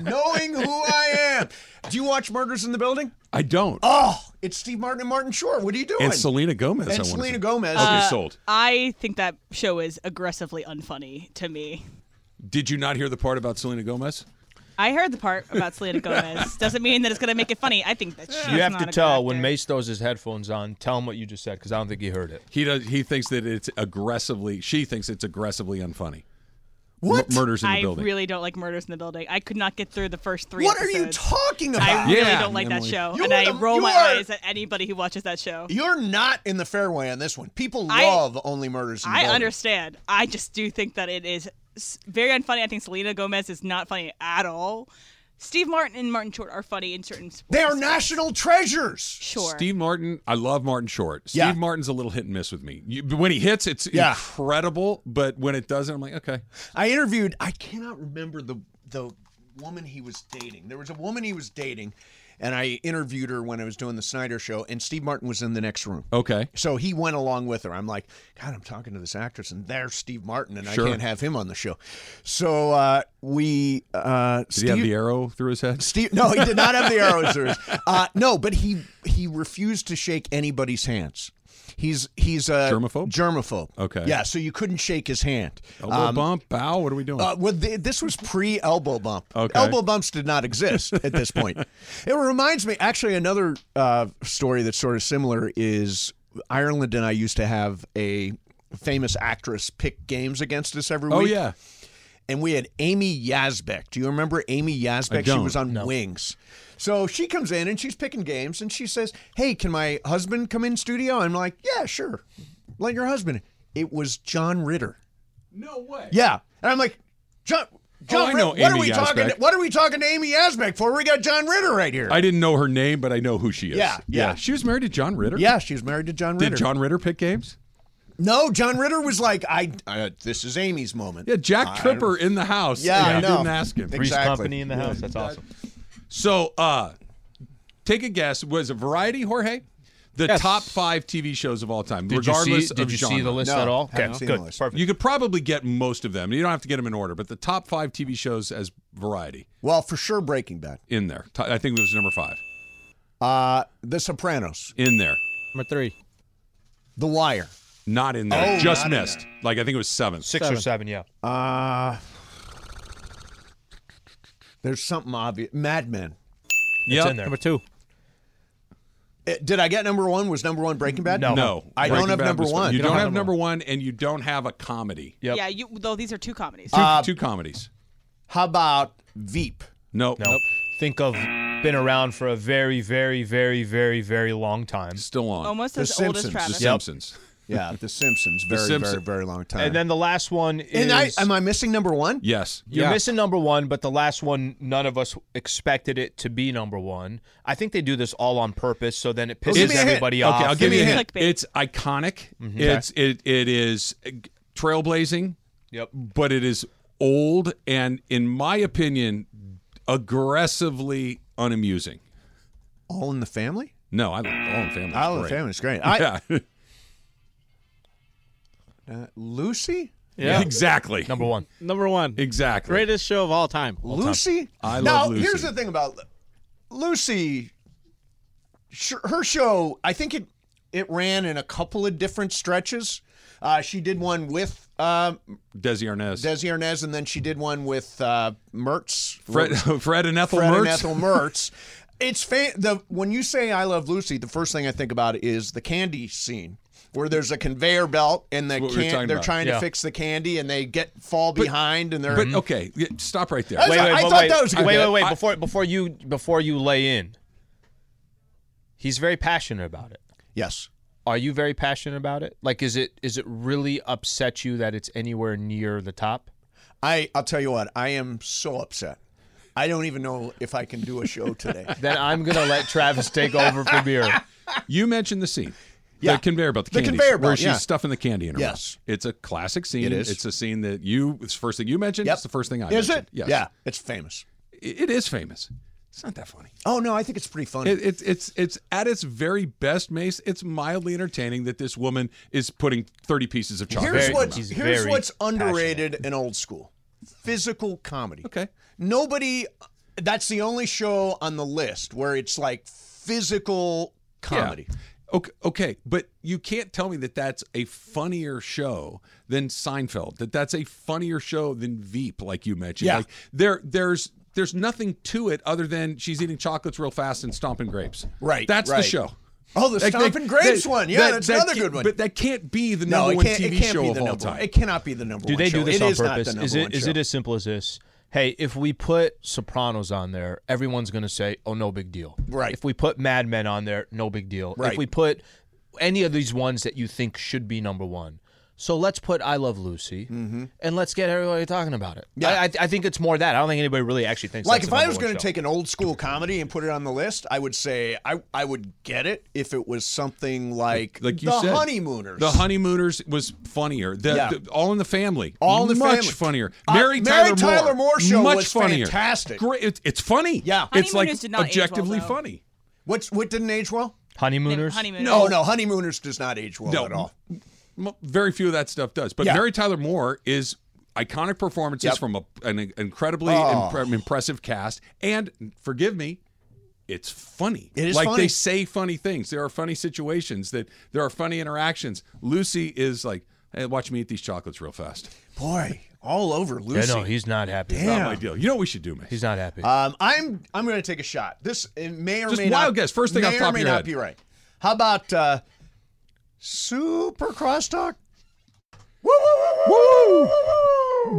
[SPEAKER 11] knowing who I am." Do you watch Murders in the Building?
[SPEAKER 3] I don't.
[SPEAKER 11] Oh, it's Steve Martin and Martin Short. What are you doing?
[SPEAKER 3] And Selena Gomez. I
[SPEAKER 11] And
[SPEAKER 3] wanna
[SPEAKER 11] Selena
[SPEAKER 3] say.
[SPEAKER 11] Gomez.
[SPEAKER 3] Okay,
[SPEAKER 2] Uh,
[SPEAKER 3] sold.
[SPEAKER 2] I think that show is aggressively unfunny to me.
[SPEAKER 3] Did you not hear the part about Selena Gomez?
[SPEAKER 2] I heard the part about Selena Gomez. Doesn't mean that it's going to make it funny. I think that she's
[SPEAKER 4] You have
[SPEAKER 2] not
[SPEAKER 4] to
[SPEAKER 2] a
[SPEAKER 4] tell
[SPEAKER 2] good
[SPEAKER 4] when
[SPEAKER 2] actor.
[SPEAKER 4] Mace throws his headphones on. Tell him what you just said because I don't think he heard it.
[SPEAKER 3] He does. He thinks that it's aggressively. She thinks it's aggressively unfunny.
[SPEAKER 11] What?
[SPEAKER 3] Mur- murders in the
[SPEAKER 2] I
[SPEAKER 3] building?
[SPEAKER 2] really don't like Murders in the Building. I could not get through the first three.
[SPEAKER 11] What are you
[SPEAKER 2] episodes.
[SPEAKER 11] talking
[SPEAKER 2] I
[SPEAKER 11] about?
[SPEAKER 2] really
[SPEAKER 3] Yeah,
[SPEAKER 2] don't like
[SPEAKER 3] Emily.
[SPEAKER 2] that show,
[SPEAKER 11] You
[SPEAKER 2] and
[SPEAKER 11] are
[SPEAKER 2] I
[SPEAKER 11] the-
[SPEAKER 2] roll
[SPEAKER 11] you
[SPEAKER 2] my
[SPEAKER 11] are-
[SPEAKER 2] eyes at anybody who watches that show.
[SPEAKER 11] You're not in the fairway on this one. People
[SPEAKER 2] I-
[SPEAKER 11] love only murders in the
[SPEAKER 2] I
[SPEAKER 11] building.
[SPEAKER 2] understand. I just do think that it is s- very unfunny. I think Selena Gomez is not funny at all. Steve Martin and Martin Short are funny in certain.
[SPEAKER 11] They are national treasures.
[SPEAKER 2] Sure.
[SPEAKER 3] Steve Martin, I love Martin Short. Steve
[SPEAKER 11] Yeah.
[SPEAKER 3] Martin's a little hit and miss with me. You, when he hits, it's
[SPEAKER 11] Yeah.
[SPEAKER 3] incredible, but when it doesn't, I'm like, okay.
[SPEAKER 11] I interviewed. I cannot remember the the woman he was dating. There was a woman he was dating, and I interviewed her when I was doing the Snyder Show, and Steve Martin was in the next room.
[SPEAKER 3] Okay.
[SPEAKER 11] So he went along with her. I'm like, God, I'm talking to this actress, and there's Steve Martin, and
[SPEAKER 3] Sure.
[SPEAKER 11] I can't have him on the show. So uh, we. Uh,
[SPEAKER 3] Did he have the arrow through his head?
[SPEAKER 11] Steve, no, he did not have the arrows. Uh, no, but he he refused to shake anybody's hands. He's he's a
[SPEAKER 3] Germaphobe?
[SPEAKER 11] Uh, Germaphobe.
[SPEAKER 3] Okay.
[SPEAKER 11] Yeah. So you couldn't shake his hand. Um,
[SPEAKER 3] Elbow bump, bow. What are we doing?
[SPEAKER 11] Uh, well, th- this was pre elbow bump.
[SPEAKER 3] Okay.
[SPEAKER 11] Elbow bumps did not exist at this point. it reminds me, actually, another uh, story that's sort of similar is Ireland and I used to have a famous actress pick games against us every
[SPEAKER 3] Oh,
[SPEAKER 11] week.
[SPEAKER 3] yeah.
[SPEAKER 11] And we had Amy Yazbek. Do you remember Amy Yazbek?
[SPEAKER 3] I don't.
[SPEAKER 11] She was on
[SPEAKER 3] No.
[SPEAKER 11] Wings. So she comes in and she's picking games and she says, Hey, can my husband come in studio? I'm like, Yeah, sure. Let your husband. in." It was John Ritter.
[SPEAKER 3] No way.
[SPEAKER 11] Yeah. And I'm like, John. John
[SPEAKER 3] Oh, I
[SPEAKER 11] Ritter,
[SPEAKER 3] know
[SPEAKER 11] what are
[SPEAKER 3] Amy
[SPEAKER 11] we talking?
[SPEAKER 3] Yazbek.
[SPEAKER 11] what are we talking to Amy Asbeck for? We got John Ritter right here.
[SPEAKER 3] I didn't know her name, but I know who she is.
[SPEAKER 11] Yeah, yeah.
[SPEAKER 3] She was married to John Ritter.
[SPEAKER 11] Yeah, she was married to John Ritter.
[SPEAKER 3] Did John Ritter pick games?
[SPEAKER 11] No, John Ritter was like, I. I this is Amy's moment.
[SPEAKER 3] Yeah, Jack
[SPEAKER 11] I-
[SPEAKER 3] Tripper in the house.
[SPEAKER 11] Yeah,
[SPEAKER 3] and
[SPEAKER 11] I
[SPEAKER 3] you
[SPEAKER 11] know.
[SPEAKER 3] Didn't ask him.
[SPEAKER 11] Three's Exactly. Company in the house,
[SPEAKER 4] that's awesome.
[SPEAKER 3] So, uh, take a guess. Was it Variety, Jorge? The
[SPEAKER 4] Yes.
[SPEAKER 3] top five TV shows of all time,
[SPEAKER 4] Did you see-
[SPEAKER 3] regardless of
[SPEAKER 4] did you see
[SPEAKER 3] genre.
[SPEAKER 4] the list No, at all? haven't Okay, seen good, the list.
[SPEAKER 3] perfect. You could probably get most of them. You don't have to get them in order, but the top five TV shows as Variety
[SPEAKER 11] Well, for sure, Breaking Bad.
[SPEAKER 3] in there. T- I think it was number five
[SPEAKER 11] Uh, The Sopranos.
[SPEAKER 3] in there.
[SPEAKER 5] Number three.
[SPEAKER 11] The Wire.
[SPEAKER 3] Not in there.
[SPEAKER 11] Oh,
[SPEAKER 3] Just
[SPEAKER 11] not in
[SPEAKER 3] missed. Like I think it was seven,
[SPEAKER 4] Six or seven, yeah.
[SPEAKER 11] Uh, there's something obvious. Mad Men.
[SPEAKER 3] Yeah, number
[SPEAKER 5] two.
[SPEAKER 11] Uh, Did I get number one? Was number one Breaking Bad?
[SPEAKER 3] no.
[SPEAKER 11] I
[SPEAKER 3] Breaking
[SPEAKER 11] don't have
[SPEAKER 3] Bad
[SPEAKER 11] number
[SPEAKER 3] was-
[SPEAKER 11] one.
[SPEAKER 3] You don't, have, number one, and you don't have a comedy.
[SPEAKER 2] Yeah, you though these are two comedies.
[SPEAKER 3] Two, two comedies.
[SPEAKER 11] How about Veep?
[SPEAKER 3] Nope.
[SPEAKER 4] Nope. Think of been around for a very, very, very, very, very long time.
[SPEAKER 3] Still on.
[SPEAKER 2] Almost
[SPEAKER 11] The
[SPEAKER 2] as old as
[SPEAKER 11] Simpsons.
[SPEAKER 2] Travis.
[SPEAKER 3] The Simpsons.
[SPEAKER 11] Yeah, The Simpsons.
[SPEAKER 3] The
[SPEAKER 11] Very,
[SPEAKER 3] Simpsons.
[SPEAKER 11] very, very long time.
[SPEAKER 4] And then the last one is.
[SPEAKER 11] And I, am I missing number one?
[SPEAKER 3] Yes.
[SPEAKER 4] You're
[SPEAKER 11] Yeah.
[SPEAKER 4] missing number one, but the last one, none of us expected it to be number one. I think they do this all on purpose, so then it pisses everybody off.
[SPEAKER 3] Okay, I'll give
[SPEAKER 4] and
[SPEAKER 3] you a
[SPEAKER 4] then-
[SPEAKER 3] hint. It's iconic.
[SPEAKER 11] Mm-hmm.
[SPEAKER 4] Mhm.
[SPEAKER 3] It's it it is uh, g- trailblazing.
[SPEAKER 4] Yep.
[SPEAKER 3] But it is old and, in my opinion, aggressively unamusing.
[SPEAKER 11] All in the Family?
[SPEAKER 3] No, I love All in the Family.
[SPEAKER 11] All in the
[SPEAKER 3] great.
[SPEAKER 11] Family's great. I-
[SPEAKER 3] yeah.
[SPEAKER 11] Uh, Lucy?
[SPEAKER 5] Yeah.
[SPEAKER 3] Exactly.
[SPEAKER 4] Number one.
[SPEAKER 5] Number one.
[SPEAKER 3] Exactly.
[SPEAKER 5] Greatest show of all time.
[SPEAKER 11] Lucy?
[SPEAKER 3] I
[SPEAKER 11] now,
[SPEAKER 3] love Lucy.
[SPEAKER 11] here's the thing about Lucy. sh- Her show, I think it it ran in a couple of different stretches. Uh, she did one with um,
[SPEAKER 3] Desi Arnaz.
[SPEAKER 11] Desi Arnaz, and then she did one with uh, Mertz.
[SPEAKER 3] Fred, Fred and Ethel
[SPEAKER 11] Fred
[SPEAKER 3] Mertz.
[SPEAKER 11] and Ethel Mertz. It's fa- the when you say I love Lucy, the first thing I think about is the candy scene where there's a conveyor belt and the
[SPEAKER 3] That's what we were
[SPEAKER 11] can-
[SPEAKER 3] talking
[SPEAKER 11] they're
[SPEAKER 3] about.
[SPEAKER 11] trying
[SPEAKER 3] Yeah.
[SPEAKER 11] to fix the candy and they get fall behind and they're
[SPEAKER 3] But okay, yeah, stop right there.
[SPEAKER 11] I was-
[SPEAKER 4] wait, wait,
[SPEAKER 11] I
[SPEAKER 4] wait,
[SPEAKER 11] thought
[SPEAKER 4] wait.
[SPEAKER 11] that was a good
[SPEAKER 4] wait,
[SPEAKER 11] bit.
[SPEAKER 4] wait, wait.
[SPEAKER 11] I-
[SPEAKER 4] Before before you before you lay in, he's very passionate about it.
[SPEAKER 11] yes.
[SPEAKER 4] Are you very passionate about it? Like, is it is it really upset you that it's anywhere near the top?
[SPEAKER 11] I I'll tell you what, I am so upset. I don't even know if I can do a show today.
[SPEAKER 4] Then I'm gonna let Travis take over from here.
[SPEAKER 3] You mentioned the scene.
[SPEAKER 11] Yeah.
[SPEAKER 3] The conveyor belt. The,
[SPEAKER 11] The
[SPEAKER 3] candies,
[SPEAKER 11] conveyor belt,
[SPEAKER 3] Where she's
[SPEAKER 11] yeah.
[SPEAKER 3] stuffing the candy in her
[SPEAKER 11] Yes.
[SPEAKER 3] mouth. It's a classic scene.
[SPEAKER 11] It is.
[SPEAKER 3] It's a scene that you, it's the first thing you mentioned.
[SPEAKER 11] Yep.
[SPEAKER 3] It's the first thing I
[SPEAKER 11] is
[SPEAKER 3] mentioned.
[SPEAKER 11] it?
[SPEAKER 3] Yes.
[SPEAKER 11] Yeah, it's famous.
[SPEAKER 3] It- it is famous. It's not that funny.
[SPEAKER 11] Oh no, I think it's pretty funny.
[SPEAKER 3] It, it's it's it's at its very best, Mace. It's mildly entertaining that this woman is putting thirty pieces of chocolate.
[SPEAKER 11] Here's
[SPEAKER 3] in her
[SPEAKER 11] what
[SPEAKER 3] mouth.
[SPEAKER 11] here's
[SPEAKER 4] very
[SPEAKER 11] what's underrated in old school. Physical comedy.
[SPEAKER 3] Okay.
[SPEAKER 11] Nobody that's the only show on the list where it's like physical comedy.
[SPEAKER 3] Yeah. Okay, okay, but you can't tell me that that's a funnier show than Seinfeld. That that's a funnier show than Veep, like you mentioned.
[SPEAKER 11] Yeah.
[SPEAKER 3] Like there, there's there's nothing to it other than she's eating chocolates real fast and stomping grapes.
[SPEAKER 11] Right,
[SPEAKER 3] That's the
[SPEAKER 11] right.
[SPEAKER 3] show.
[SPEAKER 11] Oh, the
[SPEAKER 3] Like, that-
[SPEAKER 11] Stompin' Grapes
[SPEAKER 3] that-
[SPEAKER 11] one. Yeah,
[SPEAKER 3] that-
[SPEAKER 11] that's
[SPEAKER 3] that
[SPEAKER 11] another
[SPEAKER 3] can't-
[SPEAKER 11] good one.
[SPEAKER 3] But that can't be the
[SPEAKER 11] no,
[SPEAKER 3] number
[SPEAKER 11] it
[SPEAKER 3] one
[SPEAKER 11] can't,
[SPEAKER 3] TV
[SPEAKER 11] it can't
[SPEAKER 3] show
[SPEAKER 11] be
[SPEAKER 3] of
[SPEAKER 11] the
[SPEAKER 3] all
[SPEAKER 11] number
[SPEAKER 3] time.
[SPEAKER 11] One. It cannot be the number
[SPEAKER 4] Do
[SPEAKER 11] one
[SPEAKER 4] they
[SPEAKER 11] show.
[SPEAKER 4] do this
[SPEAKER 11] It
[SPEAKER 4] on
[SPEAKER 11] is not the
[SPEAKER 4] purpose? Is
[SPEAKER 11] number
[SPEAKER 4] it
[SPEAKER 11] one
[SPEAKER 4] is
[SPEAKER 11] show.
[SPEAKER 4] it as simple as this? Hey, if we put Sopranos on there, everyone's going to say, "Oh, no big deal."
[SPEAKER 11] Right.
[SPEAKER 4] If we put Mad Men on there, no big deal.
[SPEAKER 11] Right.
[SPEAKER 4] If we put any of these ones that you think should be number one, so let's put I Love Lucy, and let's get everybody talking about it.
[SPEAKER 11] Mm-hmm. Yeah.
[SPEAKER 4] I, I, I think it's more that. I don't think anybody really actually thinks.
[SPEAKER 11] Like
[SPEAKER 4] that's
[SPEAKER 11] if
[SPEAKER 4] the
[SPEAKER 11] I
[SPEAKER 4] number
[SPEAKER 11] was
[SPEAKER 4] one
[SPEAKER 11] going to
[SPEAKER 4] show.
[SPEAKER 11] take an old school comedy and put it on the list, I would say I I would get it if it was something like,
[SPEAKER 3] like you
[SPEAKER 11] the
[SPEAKER 3] said,
[SPEAKER 11] honeymooners.
[SPEAKER 3] The honeymooners was funnier. The,
[SPEAKER 11] Yeah.
[SPEAKER 3] the- All in the Family.
[SPEAKER 11] All in the
[SPEAKER 3] much
[SPEAKER 11] Family.
[SPEAKER 3] funnier.
[SPEAKER 11] Uh,
[SPEAKER 3] Mary,
[SPEAKER 11] Mary
[SPEAKER 3] Tyler,
[SPEAKER 11] Tyler Moore show
[SPEAKER 3] much
[SPEAKER 11] was
[SPEAKER 3] funnier.
[SPEAKER 11] fantastic.
[SPEAKER 3] Great. It's, it's funny.
[SPEAKER 11] Yeah.
[SPEAKER 3] it's like
[SPEAKER 2] Honeymooners did not age well,
[SPEAKER 3] objectively
[SPEAKER 2] though.
[SPEAKER 3] funny.
[SPEAKER 11] What's what didn't age well?
[SPEAKER 4] honeymooners.
[SPEAKER 2] Honeymoon.
[SPEAKER 11] No, no, honeymooners does not age well
[SPEAKER 3] No.
[SPEAKER 11] at all.
[SPEAKER 3] M- Very few of that stuff does. But
[SPEAKER 11] Yeah.
[SPEAKER 3] Mary Tyler Moore is iconic performances
[SPEAKER 11] Yep.
[SPEAKER 3] from a, an incredibly
[SPEAKER 11] Oh.
[SPEAKER 3] impre- impressive cast. And forgive me, it's funny.
[SPEAKER 11] It is
[SPEAKER 3] like
[SPEAKER 11] funny.
[SPEAKER 3] they say funny things. There are funny situations that there are funny interactions. Lucy is like, hey, watch me eat these chocolates real fast.
[SPEAKER 11] Boy, all over Lucy.
[SPEAKER 4] no, he's not happy.
[SPEAKER 3] It's
[SPEAKER 11] Damn.
[SPEAKER 3] not my deal. You know what we should do, man.
[SPEAKER 4] He's not happy.
[SPEAKER 11] Um, I'm I'm going to take a shot. This it may or
[SPEAKER 3] Just
[SPEAKER 11] may
[SPEAKER 3] wild
[SPEAKER 11] not,
[SPEAKER 3] guess. First thing
[SPEAKER 11] may
[SPEAKER 3] off
[SPEAKER 11] or
[SPEAKER 3] top of
[SPEAKER 11] may
[SPEAKER 3] your
[SPEAKER 11] not
[SPEAKER 3] head.
[SPEAKER 11] be right. How about uh, super crosstalk?
[SPEAKER 3] Woo!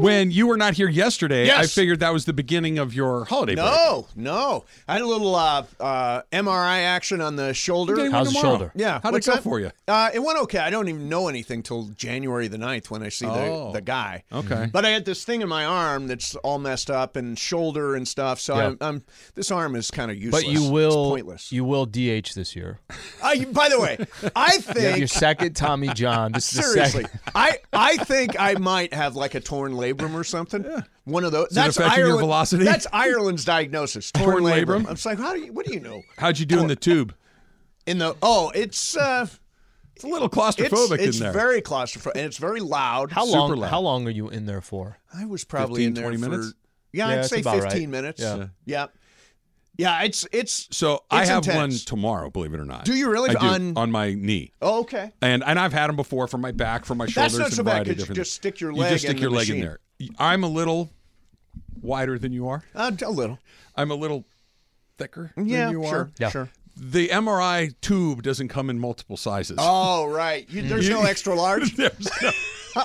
[SPEAKER 3] When you were not here yesterday, I
[SPEAKER 11] Yes.
[SPEAKER 3] figured that was the beginning of your holiday break.
[SPEAKER 11] No, no. I had a little uh, uh, MRI action on the shoulder.
[SPEAKER 3] You're getting How's one the tomorrow. shoulder?
[SPEAKER 11] Yeah.
[SPEAKER 3] How'd it
[SPEAKER 11] What's
[SPEAKER 3] go
[SPEAKER 11] that?
[SPEAKER 3] for you?
[SPEAKER 11] Uh, it went okay. I don't even know anything till January the 9th when I see
[SPEAKER 3] Oh.
[SPEAKER 11] the, the guy. Mm-hmm.
[SPEAKER 3] Okay.
[SPEAKER 11] But I had this thing in my arm that's all messed up and shoulder and stuff. So
[SPEAKER 4] Yeah.
[SPEAKER 11] I'm, I'm this arm is kind of useless.
[SPEAKER 4] But you
[SPEAKER 11] It's
[SPEAKER 4] will
[SPEAKER 11] pointless.
[SPEAKER 4] you will DH this year.
[SPEAKER 11] I, by the way, I
[SPEAKER 4] You have
[SPEAKER 11] think
[SPEAKER 4] your second Tommy John. This is the
[SPEAKER 11] Seriously,
[SPEAKER 4] second.
[SPEAKER 11] I I think I might have like a torn labrum or something. One of those.
[SPEAKER 3] Is it
[SPEAKER 11] that's
[SPEAKER 3] affecting your
[SPEAKER 11] Ireland,
[SPEAKER 3] velocity?
[SPEAKER 11] That's Ireland's diagnosis. Torn,
[SPEAKER 3] Torn
[SPEAKER 11] labrum.
[SPEAKER 3] labrum?
[SPEAKER 11] I'm just like, how do you? What do you know?
[SPEAKER 3] How'd you do
[SPEAKER 11] Oh,
[SPEAKER 3] in the tube?
[SPEAKER 11] In the oh, it's uh,
[SPEAKER 3] it's a little claustrophobic
[SPEAKER 11] it's,
[SPEAKER 3] in there.
[SPEAKER 11] very claustrophobic and it's very loud.
[SPEAKER 4] How long? How long are you in there for?
[SPEAKER 11] I was probably
[SPEAKER 3] 15,
[SPEAKER 11] in there
[SPEAKER 3] 20
[SPEAKER 11] for-
[SPEAKER 3] minutes?
[SPEAKER 11] Yeah,
[SPEAKER 4] Yeah,
[SPEAKER 11] I'd
[SPEAKER 4] it's
[SPEAKER 11] say
[SPEAKER 4] about
[SPEAKER 11] 15
[SPEAKER 4] right.
[SPEAKER 11] minutes.
[SPEAKER 4] Yeah.
[SPEAKER 11] Yeah.
[SPEAKER 4] Yeah.
[SPEAKER 11] yeah, It's it's
[SPEAKER 3] So I
[SPEAKER 11] it's
[SPEAKER 3] have one
[SPEAKER 11] intense.
[SPEAKER 3] tomorrow, believe it or not.
[SPEAKER 11] Do you really?
[SPEAKER 3] I do,
[SPEAKER 11] On-
[SPEAKER 3] on my knee.
[SPEAKER 11] Oh, okay.
[SPEAKER 3] And and I've had them before for my back, for my shoulders,
[SPEAKER 11] That's not
[SPEAKER 3] and
[SPEAKER 11] so
[SPEAKER 3] a
[SPEAKER 11] bad,
[SPEAKER 3] variety of
[SPEAKER 11] 'cause you
[SPEAKER 3] different
[SPEAKER 11] just
[SPEAKER 3] things.
[SPEAKER 11] stick your
[SPEAKER 3] You
[SPEAKER 11] leg
[SPEAKER 3] just stick
[SPEAKER 11] in
[SPEAKER 3] your
[SPEAKER 11] the
[SPEAKER 3] leg in
[SPEAKER 11] machine.
[SPEAKER 3] there. I'm a little wider than you are.
[SPEAKER 11] Uh, a little.
[SPEAKER 3] I'm a little thicker
[SPEAKER 11] Yeah,
[SPEAKER 3] than you
[SPEAKER 11] sure,
[SPEAKER 3] are.
[SPEAKER 11] Yeah. sure.
[SPEAKER 3] The MRI tube doesn't come in multiple sizes.
[SPEAKER 11] Oh right, you, there's
[SPEAKER 3] You-
[SPEAKER 11] no extra large.
[SPEAKER 3] There's no,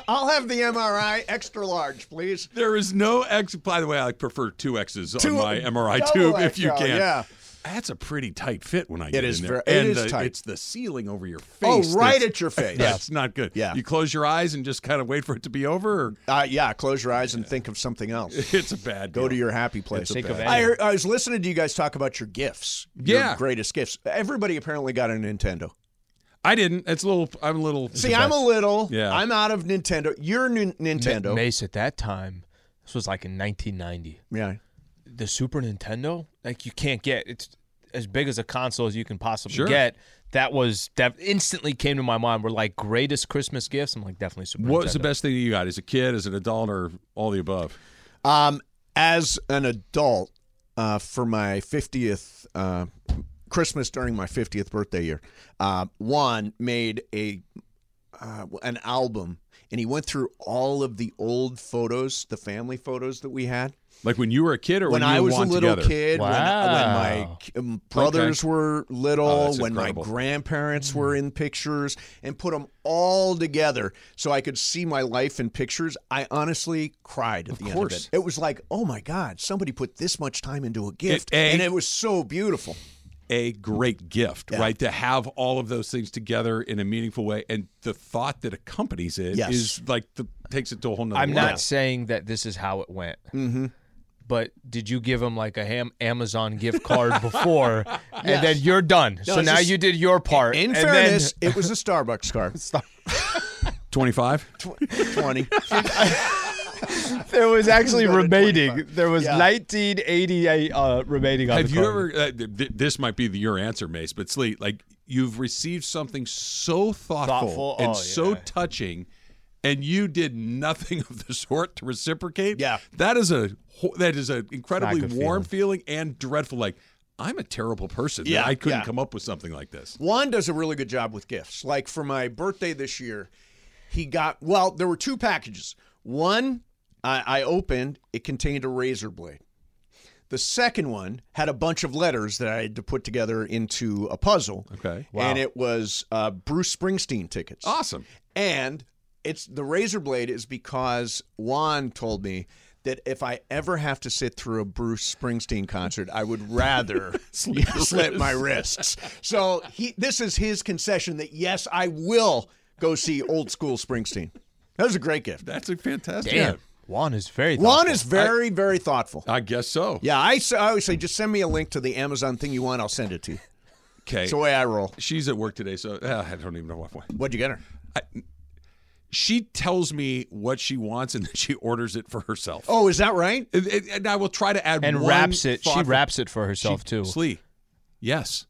[SPEAKER 11] I'll have the MRI extra large, please.
[SPEAKER 3] there is no X. By the way, I prefer two X's
[SPEAKER 11] Two-
[SPEAKER 3] on my MRI
[SPEAKER 11] double
[SPEAKER 3] tube if
[SPEAKER 11] XL,
[SPEAKER 3] you can.
[SPEAKER 11] yeah.
[SPEAKER 3] That's a pretty tight fit when I get
[SPEAKER 11] is
[SPEAKER 3] in there.
[SPEAKER 11] ver- it
[SPEAKER 3] and
[SPEAKER 11] is
[SPEAKER 3] the-
[SPEAKER 11] tight.
[SPEAKER 3] It's the ceiling over your
[SPEAKER 11] Oh,
[SPEAKER 3] face.
[SPEAKER 11] right
[SPEAKER 3] that's-
[SPEAKER 11] at your face.
[SPEAKER 3] That's not good.
[SPEAKER 11] Yeah.
[SPEAKER 3] You close your eyes and just kind of wait for it to be over. Or
[SPEAKER 11] Uh, yeah, close your eyes and think of something else.
[SPEAKER 3] it's a bad.
[SPEAKER 11] Go
[SPEAKER 3] deal.
[SPEAKER 11] to your happy place.
[SPEAKER 3] It's a Think of bad-
[SPEAKER 11] I, heard- I was listening to you guys talk about your gifts.
[SPEAKER 3] Yeah.
[SPEAKER 11] Your greatest gifts. Everybody apparently got a Nintendo.
[SPEAKER 3] I didn't. It's a little. I'm a little.
[SPEAKER 11] See, I'm a little.
[SPEAKER 3] Yeah.
[SPEAKER 11] I'm out of Nintendo. You're new Nintendo.
[SPEAKER 4] Mace at that time. This was like in 1990.
[SPEAKER 11] yeah.
[SPEAKER 4] The Super Nintendo, like you can't get. It's as big as a console as you can possibly
[SPEAKER 3] Sure.
[SPEAKER 4] get. That was that instantly came to my mind. Were like greatest Christmas gifts. I'm like definitely Super.
[SPEAKER 3] What was the
[SPEAKER 4] Nintendo.
[SPEAKER 3] best thing you got as a kid, as an adult, or all the above?
[SPEAKER 11] Um, as an adult, uh, for my 50th uh, Christmas during my 50th birthday year, uh, Juan made a uh, an album, and he went through all of the old photos, the family photos that we had.
[SPEAKER 3] Like when you were a kid, or
[SPEAKER 11] When
[SPEAKER 3] when,
[SPEAKER 11] I
[SPEAKER 3] you
[SPEAKER 11] was a
[SPEAKER 3] won
[SPEAKER 11] little
[SPEAKER 3] together?
[SPEAKER 11] kid, when, when my
[SPEAKER 4] Wow.
[SPEAKER 11] k- um, brothers
[SPEAKER 3] Okay.
[SPEAKER 11] were little,
[SPEAKER 3] Oh, that's
[SPEAKER 11] when
[SPEAKER 3] incredible.
[SPEAKER 11] my grandparents were in pictures, and put them all together so I could see my life in pictures. I honestly cried at the end of
[SPEAKER 3] course.
[SPEAKER 11] it. It was like, oh my God, somebody put this much time into a gift,
[SPEAKER 3] A-
[SPEAKER 11] and it was so beautiful.
[SPEAKER 3] a great gift,
[SPEAKER 11] Yeah.
[SPEAKER 3] right? To have all of those things together in a meaningful way, and the thought that accompanies it is
[SPEAKER 11] Yes.
[SPEAKER 3] like the, takes it to a whole nother.
[SPEAKER 4] I'm
[SPEAKER 3] level.
[SPEAKER 4] not saying that this is how it went.
[SPEAKER 11] Mm-hmm.
[SPEAKER 4] But did you give him like a ham Amazon gift card before, and then you're done?
[SPEAKER 11] No,
[SPEAKER 4] so
[SPEAKER 11] it's
[SPEAKER 4] now
[SPEAKER 11] just-
[SPEAKER 4] you did your part.
[SPEAKER 11] In
[SPEAKER 4] and then-
[SPEAKER 11] fairness, it was a Starbucks card.
[SPEAKER 4] Star-
[SPEAKER 3] 25.
[SPEAKER 11] Twenty.
[SPEAKER 4] there was actually
[SPEAKER 11] Another
[SPEAKER 4] remaining. There was
[SPEAKER 11] Yeah.
[SPEAKER 4] 1988 uh, remaining on
[SPEAKER 3] Have
[SPEAKER 4] the
[SPEAKER 3] you
[SPEAKER 4] card.
[SPEAKER 3] ever? Uh, th- th- this might be the, your answer, Mace, but Slee, like you've received something so thoughtful,
[SPEAKER 4] Thoughtful?
[SPEAKER 3] and
[SPEAKER 4] Oh,
[SPEAKER 3] so
[SPEAKER 4] yeah.
[SPEAKER 3] touching, and you did nothing of the sort to reciprocate.
[SPEAKER 11] Yeah.
[SPEAKER 3] that is a ho- that is an incredibly
[SPEAKER 4] good
[SPEAKER 3] warm feeling. and dreadful. Like I'm a terrible person. that
[SPEAKER 11] Yeah,
[SPEAKER 3] I couldn't
[SPEAKER 11] yeah.
[SPEAKER 3] come up with something like this.
[SPEAKER 11] Juan does a really good job with gifts. Like for my birthday this year, he got well. There were two packages. One I, I opened; it contained a razor blade. The second one had a bunch of letters that I had to put together into a puzzle.
[SPEAKER 3] Okay,
[SPEAKER 11] and it was uh, Bruce Springsteen tickets.
[SPEAKER 3] awesome.
[SPEAKER 11] And it's the razor blade is because Juan told me that if I ever have to sit through a Bruce Springsteen concert, I would rather slip, my wrists. So he, this is his concession that yes, I will go see old school Springsteen. That was a great gift.
[SPEAKER 3] That's a fantastic.
[SPEAKER 4] Damn, Juan is very.
[SPEAKER 11] Juan
[SPEAKER 4] thoughtful.
[SPEAKER 11] is very, very thoughtful.
[SPEAKER 3] I guess so.
[SPEAKER 11] Yeah, I, s- I always say just send me a link to the Amazon thing you want. I'll send it to you.
[SPEAKER 3] Okay.
[SPEAKER 11] It's the way I roll.
[SPEAKER 3] She's at work today, so uh, I don't even know what.
[SPEAKER 11] What'd you get her?
[SPEAKER 3] She tells me what she wants, and then she orders it for herself.
[SPEAKER 11] Oh, is that right?
[SPEAKER 3] And- and and I will try to add
[SPEAKER 4] and
[SPEAKER 3] one
[SPEAKER 4] wraps it. She
[SPEAKER 3] thought-
[SPEAKER 4] wraps it for herself too.
[SPEAKER 3] Slee. Yes.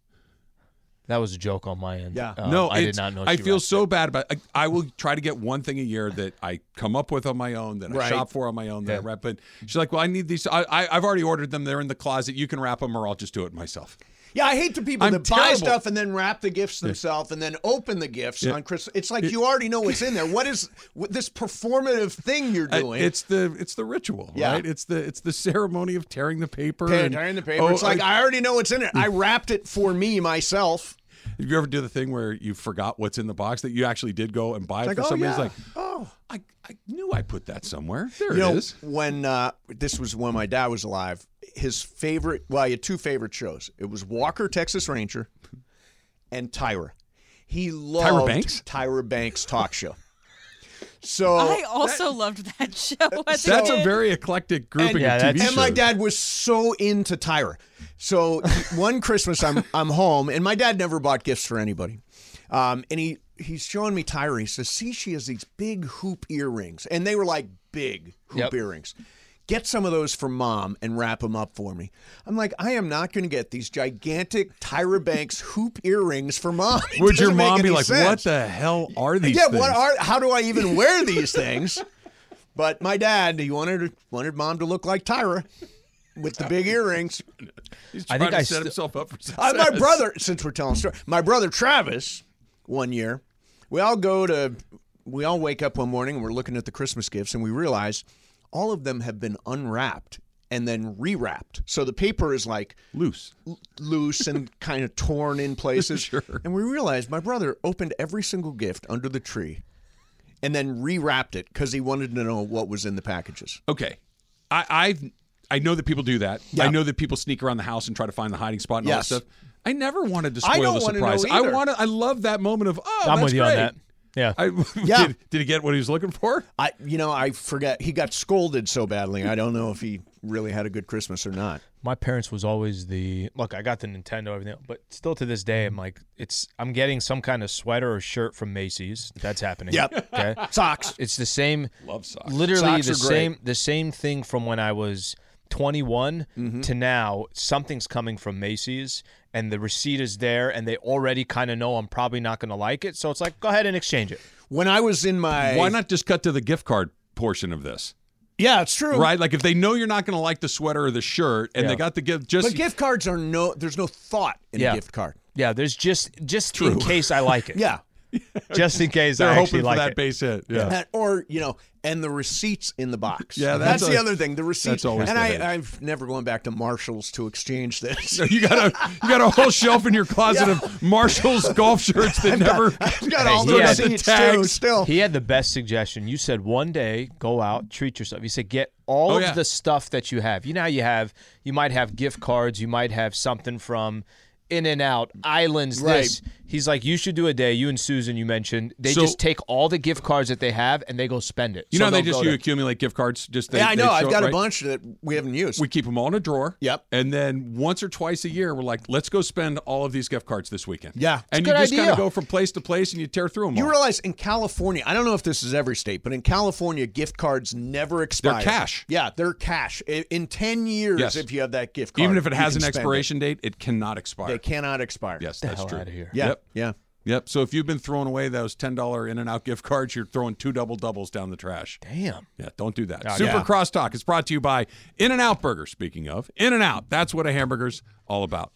[SPEAKER 4] That was a joke on my end.
[SPEAKER 11] Yeah.
[SPEAKER 4] Um,
[SPEAKER 3] no,
[SPEAKER 4] I did
[SPEAKER 3] it's-
[SPEAKER 4] not know.
[SPEAKER 3] I
[SPEAKER 4] she
[SPEAKER 3] feel
[SPEAKER 4] wrapped
[SPEAKER 3] so bad about. I, I will try to get one thing a year that I come up with on my own, that
[SPEAKER 11] Right.
[SPEAKER 3] I shop for on my own, that I
[SPEAKER 4] Yeah.
[SPEAKER 3] wrap. But she's like, "Well, I need these. I, I, I've already ordered them. They're in the closet. You can wrap them, or I'll just do it myself."
[SPEAKER 11] Yeah, I hate the people
[SPEAKER 3] I'm
[SPEAKER 11] that buy
[SPEAKER 3] terrible.
[SPEAKER 11] stuff and then wrap the gifts themselves and then open the gifts
[SPEAKER 3] Yeah.
[SPEAKER 11] on Christmas. It's like
[SPEAKER 3] It-
[SPEAKER 11] you already know what's in there. What is what, this performative thing you're
[SPEAKER 3] Uh,
[SPEAKER 11] doing?
[SPEAKER 3] it's the it's the ritual,
[SPEAKER 11] Yeah.
[SPEAKER 3] right? It's the it's the ceremony of tearing the paper.
[SPEAKER 11] Tearing
[SPEAKER 3] and-
[SPEAKER 11] tearing the paper.
[SPEAKER 3] Oh, Hmm.
[SPEAKER 11] it's like
[SPEAKER 3] uh,
[SPEAKER 11] I, already know what's in it. I wrapped it for me myself.
[SPEAKER 3] Have you ever do the thing where you forgot what's in the box that you actually did go and buy
[SPEAKER 11] It's
[SPEAKER 3] it
[SPEAKER 11] like,
[SPEAKER 3] for
[SPEAKER 11] oh,
[SPEAKER 3] somebody?
[SPEAKER 11] yeah.
[SPEAKER 3] It's like,
[SPEAKER 11] oh,
[SPEAKER 3] I, I knew I put that somewhere. There it
[SPEAKER 11] you know,
[SPEAKER 3] is.
[SPEAKER 11] When uh, this was when my dad was alive, his favorite well, he had two favorite shows. It was Walker, Texas Ranger, and Tyra. He loved
[SPEAKER 3] Banks?
[SPEAKER 11] Tyra Banks talk show. So
[SPEAKER 2] I also loved that show. As
[SPEAKER 3] That's
[SPEAKER 2] a,
[SPEAKER 3] a
[SPEAKER 2] kid.
[SPEAKER 3] very eclectic grouping
[SPEAKER 11] and,
[SPEAKER 3] of TV shows.
[SPEAKER 11] and my dad was so into Tyra. So one Christmas, I'm I'm home, and my dad never bought gifts for anybody. Um, and he he's showing me Tyra. He says, "See, she has these big hoop earrings, and they were like big hoop
[SPEAKER 4] Yep.
[SPEAKER 11] earrings." Get some of those for mom and wrap them up for me. I'm like, I am not going to get these gigantic Tyra Banks hoop earrings for mom. It
[SPEAKER 3] Would your
[SPEAKER 11] doesn't make
[SPEAKER 3] mom be
[SPEAKER 11] any
[SPEAKER 3] like,
[SPEAKER 11] sense."
[SPEAKER 3] what the hell are these
[SPEAKER 11] yeah,
[SPEAKER 3] things?
[SPEAKER 11] what are? How do I even wear these things? But my dad, he wanted her- wanted mom to look like Tyra with the big earrings.
[SPEAKER 3] He's
[SPEAKER 11] I
[SPEAKER 3] trying
[SPEAKER 11] think
[SPEAKER 3] to
[SPEAKER 11] I
[SPEAKER 3] set
[SPEAKER 11] st-
[SPEAKER 3] himself up for success.
[SPEAKER 11] Uh, my brother, since we're telling story, my brother Travis, one year, we all go to, we all wake up one morning and we're looking at the Christmas gifts and we realize all of them have been unwrapped and then rewrapped. So the paper is like
[SPEAKER 3] loose,
[SPEAKER 11] loose and kind of torn in places.
[SPEAKER 3] Sure.
[SPEAKER 11] And we realized my brother opened every single gift under the tree and then rewrapped it because he wanted to know what was in the packages.
[SPEAKER 3] Okay, I I've, I know that people do that.
[SPEAKER 11] Yeah.
[SPEAKER 3] I know that people sneak around the house and try to find the hiding spot and
[SPEAKER 11] Yes.
[SPEAKER 3] all that stuff. I never wanted to
[SPEAKER 11] I
[SPEAKER 3] spoil
[SPEAKER 11] don't
[SPEAKER 3] the
[SPEAKER 11] wanna know
[SPEAKER 3] surprise. I
[SPEAKER 11] either.
[SPEAKER 3] want to. I love that moment of oh,
[SPEAKER 4] I'm
[SPEAKER 3] that's
[SPEAKER 4] with you on
[SPEAKER 3] great.
[SPEAKER 4] that. Yeah.
[SPEAKER 3] I,
[SPEAKER 11] Yeah.
[SPEAKER 3] did, did he get what he was looking for?
[SPEAKER 11] I, you know, I forget he got scolded so badly. I don't know if he really had a good Christmas or not.
[SPEAKER 4] my parents was always the look i got the nintendo everything but still to this day i'm like it's i'm getting some kind of sweater or shirt from macy's that's happening
[SPEAKER 11] Yep.
[SPEAKER 4] okay
[SPEAKER 11] socks
[SPEAKER 4] it's the same
[SPEAKER 3] love socks
[SPEAKER 4] literally
[SPEAKER 11] Socks
[SPEAKER 4] the
[SPEAKER 11] are great.
[SPEAKER 4] same the same thing from when i was 21 to now something's coming from macy's and the receipt is there and they already kind of know i'm probably not going to like it so it's like go ahead and exchange it
[SPEAKER 11] When I was in my
[SPEAKER 3] Why not just cut to the gift card portion of this?
[SPEAKER 11] Yeah, it's true.
[SPEAKER 3] Right, like if they know you're not going to like the sweater or the shirt, and
[SPEAKER 4] Yeah.
[SPEAKER 3] they got the gift, just
[SPEAKER 11] But gift cards are no. There's no thought in a gift card.
[SPEAKER 4] yeah there's just just in case i like it
[SPEAKER 11] Yeah.
[SPEAKER 4] just in case
[SPEAKER 3] they're
[SPEAKER 4] i
[SPEAKER 3] hoping
[SPEAKER 4] actually
[SPEAKER 3] for
[SPEAKER 4] like
[SPEAKER 3] that
[SPEAKER 4] it
[SPEAKER 3] base hit. Yeah,
[SPEAKER 11] And- or you know, and the receipts in the box.
[SPEAKER 3] Yeah,
[SPEAKER 11] that's,
[SPEAKER 3] that's
[SPEAKER 11] the
[SPEAKER 3] always-
[SPEAKER 11] other thing. The receipts.
[SPEAKER 3] that's always
[SPEAKER 11] and
[SPEAKER 3] the
[SPEAKER 11] I,
[SPEAKER 3] headache.
[SPEAKER 11] I've never gone back to Marshalls to exchange this.
[SPEAKER 3] So you got a you got a whole shelf in your closet of Marshall's golf shirts that never
[SPEAKER 11] I've got all
[SPEAKER 4] Hey,
[SPEAKER 11] the
[SPEAKER 4] yeah.
[SPEAKER 11] receipts too. Still,
[SPEAKER 4] He had the best suggestion. You said one day go out, treat yourself. You said get all
[SPEAKER 3] Oh,
[SPEAKER 4] of
[SPEAKER 3] yeah.
[SPEAKER 4] the stuff that you have. You know how you have you might have gift cards, you might have something from in and out islands
[SPEAKER 11] Right.
[SPEAKER 4] this he's like you should do a day you and susan you mentioned they
[SPEAKER 3] So-
[SPEAKER 4] just take all the gift cards that they have and they go spend it
[SPEAKER 3] You
[SPEAKER 4] So
[SPEAKER 3] know, how they
[SPEAKER 4] they'll
[SPEAKER 3] just
[SPEAKER 4] go
[SPEAKER 3] you
[SPEAKER 4] to-
[SPEAKER 3] accumulate gift cards. Just they,
[SPEAKER 11] yeah, I
[SPEAKER 3] they
[SPEAKER 11] know. I've
[SPEAKER 3] show up,
[SPEAKER 11] got a
[SPEAKER 3] right?
[SPEAKER 11] bunch that we haven't used.
[SPEAKER 3] We keep them all in a drawer.
[SPEAKER 11] Yep.
[SPEAKER 3] And then once or twice a year, we're like, let's go spend all of these gift cards this weekend.
[SPEAKER 11] Yeah.
[SPEAKER 4] It's
[SPEAKER 3] And you
[SPEAKER 4] a good
[SPEAKER 3] just kind of
[SPEAKER 4] idea.
[SPEAKER 3] go from place to place and you tear through them.
[SPEAKER 11] You
[SPEAKER 3] all.
[SPEAKER 11] realize in California, I don't know if this is every state, but in California, gift cards never expire.
[SPEAKER 3] cash.
[SPEAKER 11] Yeah, they're cash. I- In ten years,
[SPEAKER 3] Yes.
[SPEAKER 11] if you have that gift card,
[SPEAKER 3] Even if it
[SPEAKER 11] you
[SPEAKER 3] has
[SPEAKER 11] can
[SPEAKER 3] an
[SPEAKER 11] spend it.
[SPEAKER 3] expiration date, it cannot expire.
[SPEAKER 11] they cannot expire.
[SPEAKER 3] Yes,
[SPEAKER 4] the
[SPEAKER 3] that's
[SPEAKER 4] hell
[SPEAKER 3] true.
[SPEAKER 4] outta here.
[SPEAKER 11] Yeah.
[SPEAKER 3] Yep.
[SPEAKER 11] Yeah.
[SPEAKER 3] Yep. So if you've been throwing away those ten dollar In and Out gift cards, you're throwing two double doubles down the trash.
[SPEAKER 4] damn
[SPEAKER 3] Yeah, don't do that.
[SPEAKER 4] Oh,
[SPEAKER 3] Super
[SPEAKER 4] yeah.
[SPEAKER 3] Crosstalk is brought to you by In and Out Burger. Speaking of In and Out, that's what a hamburger's all about.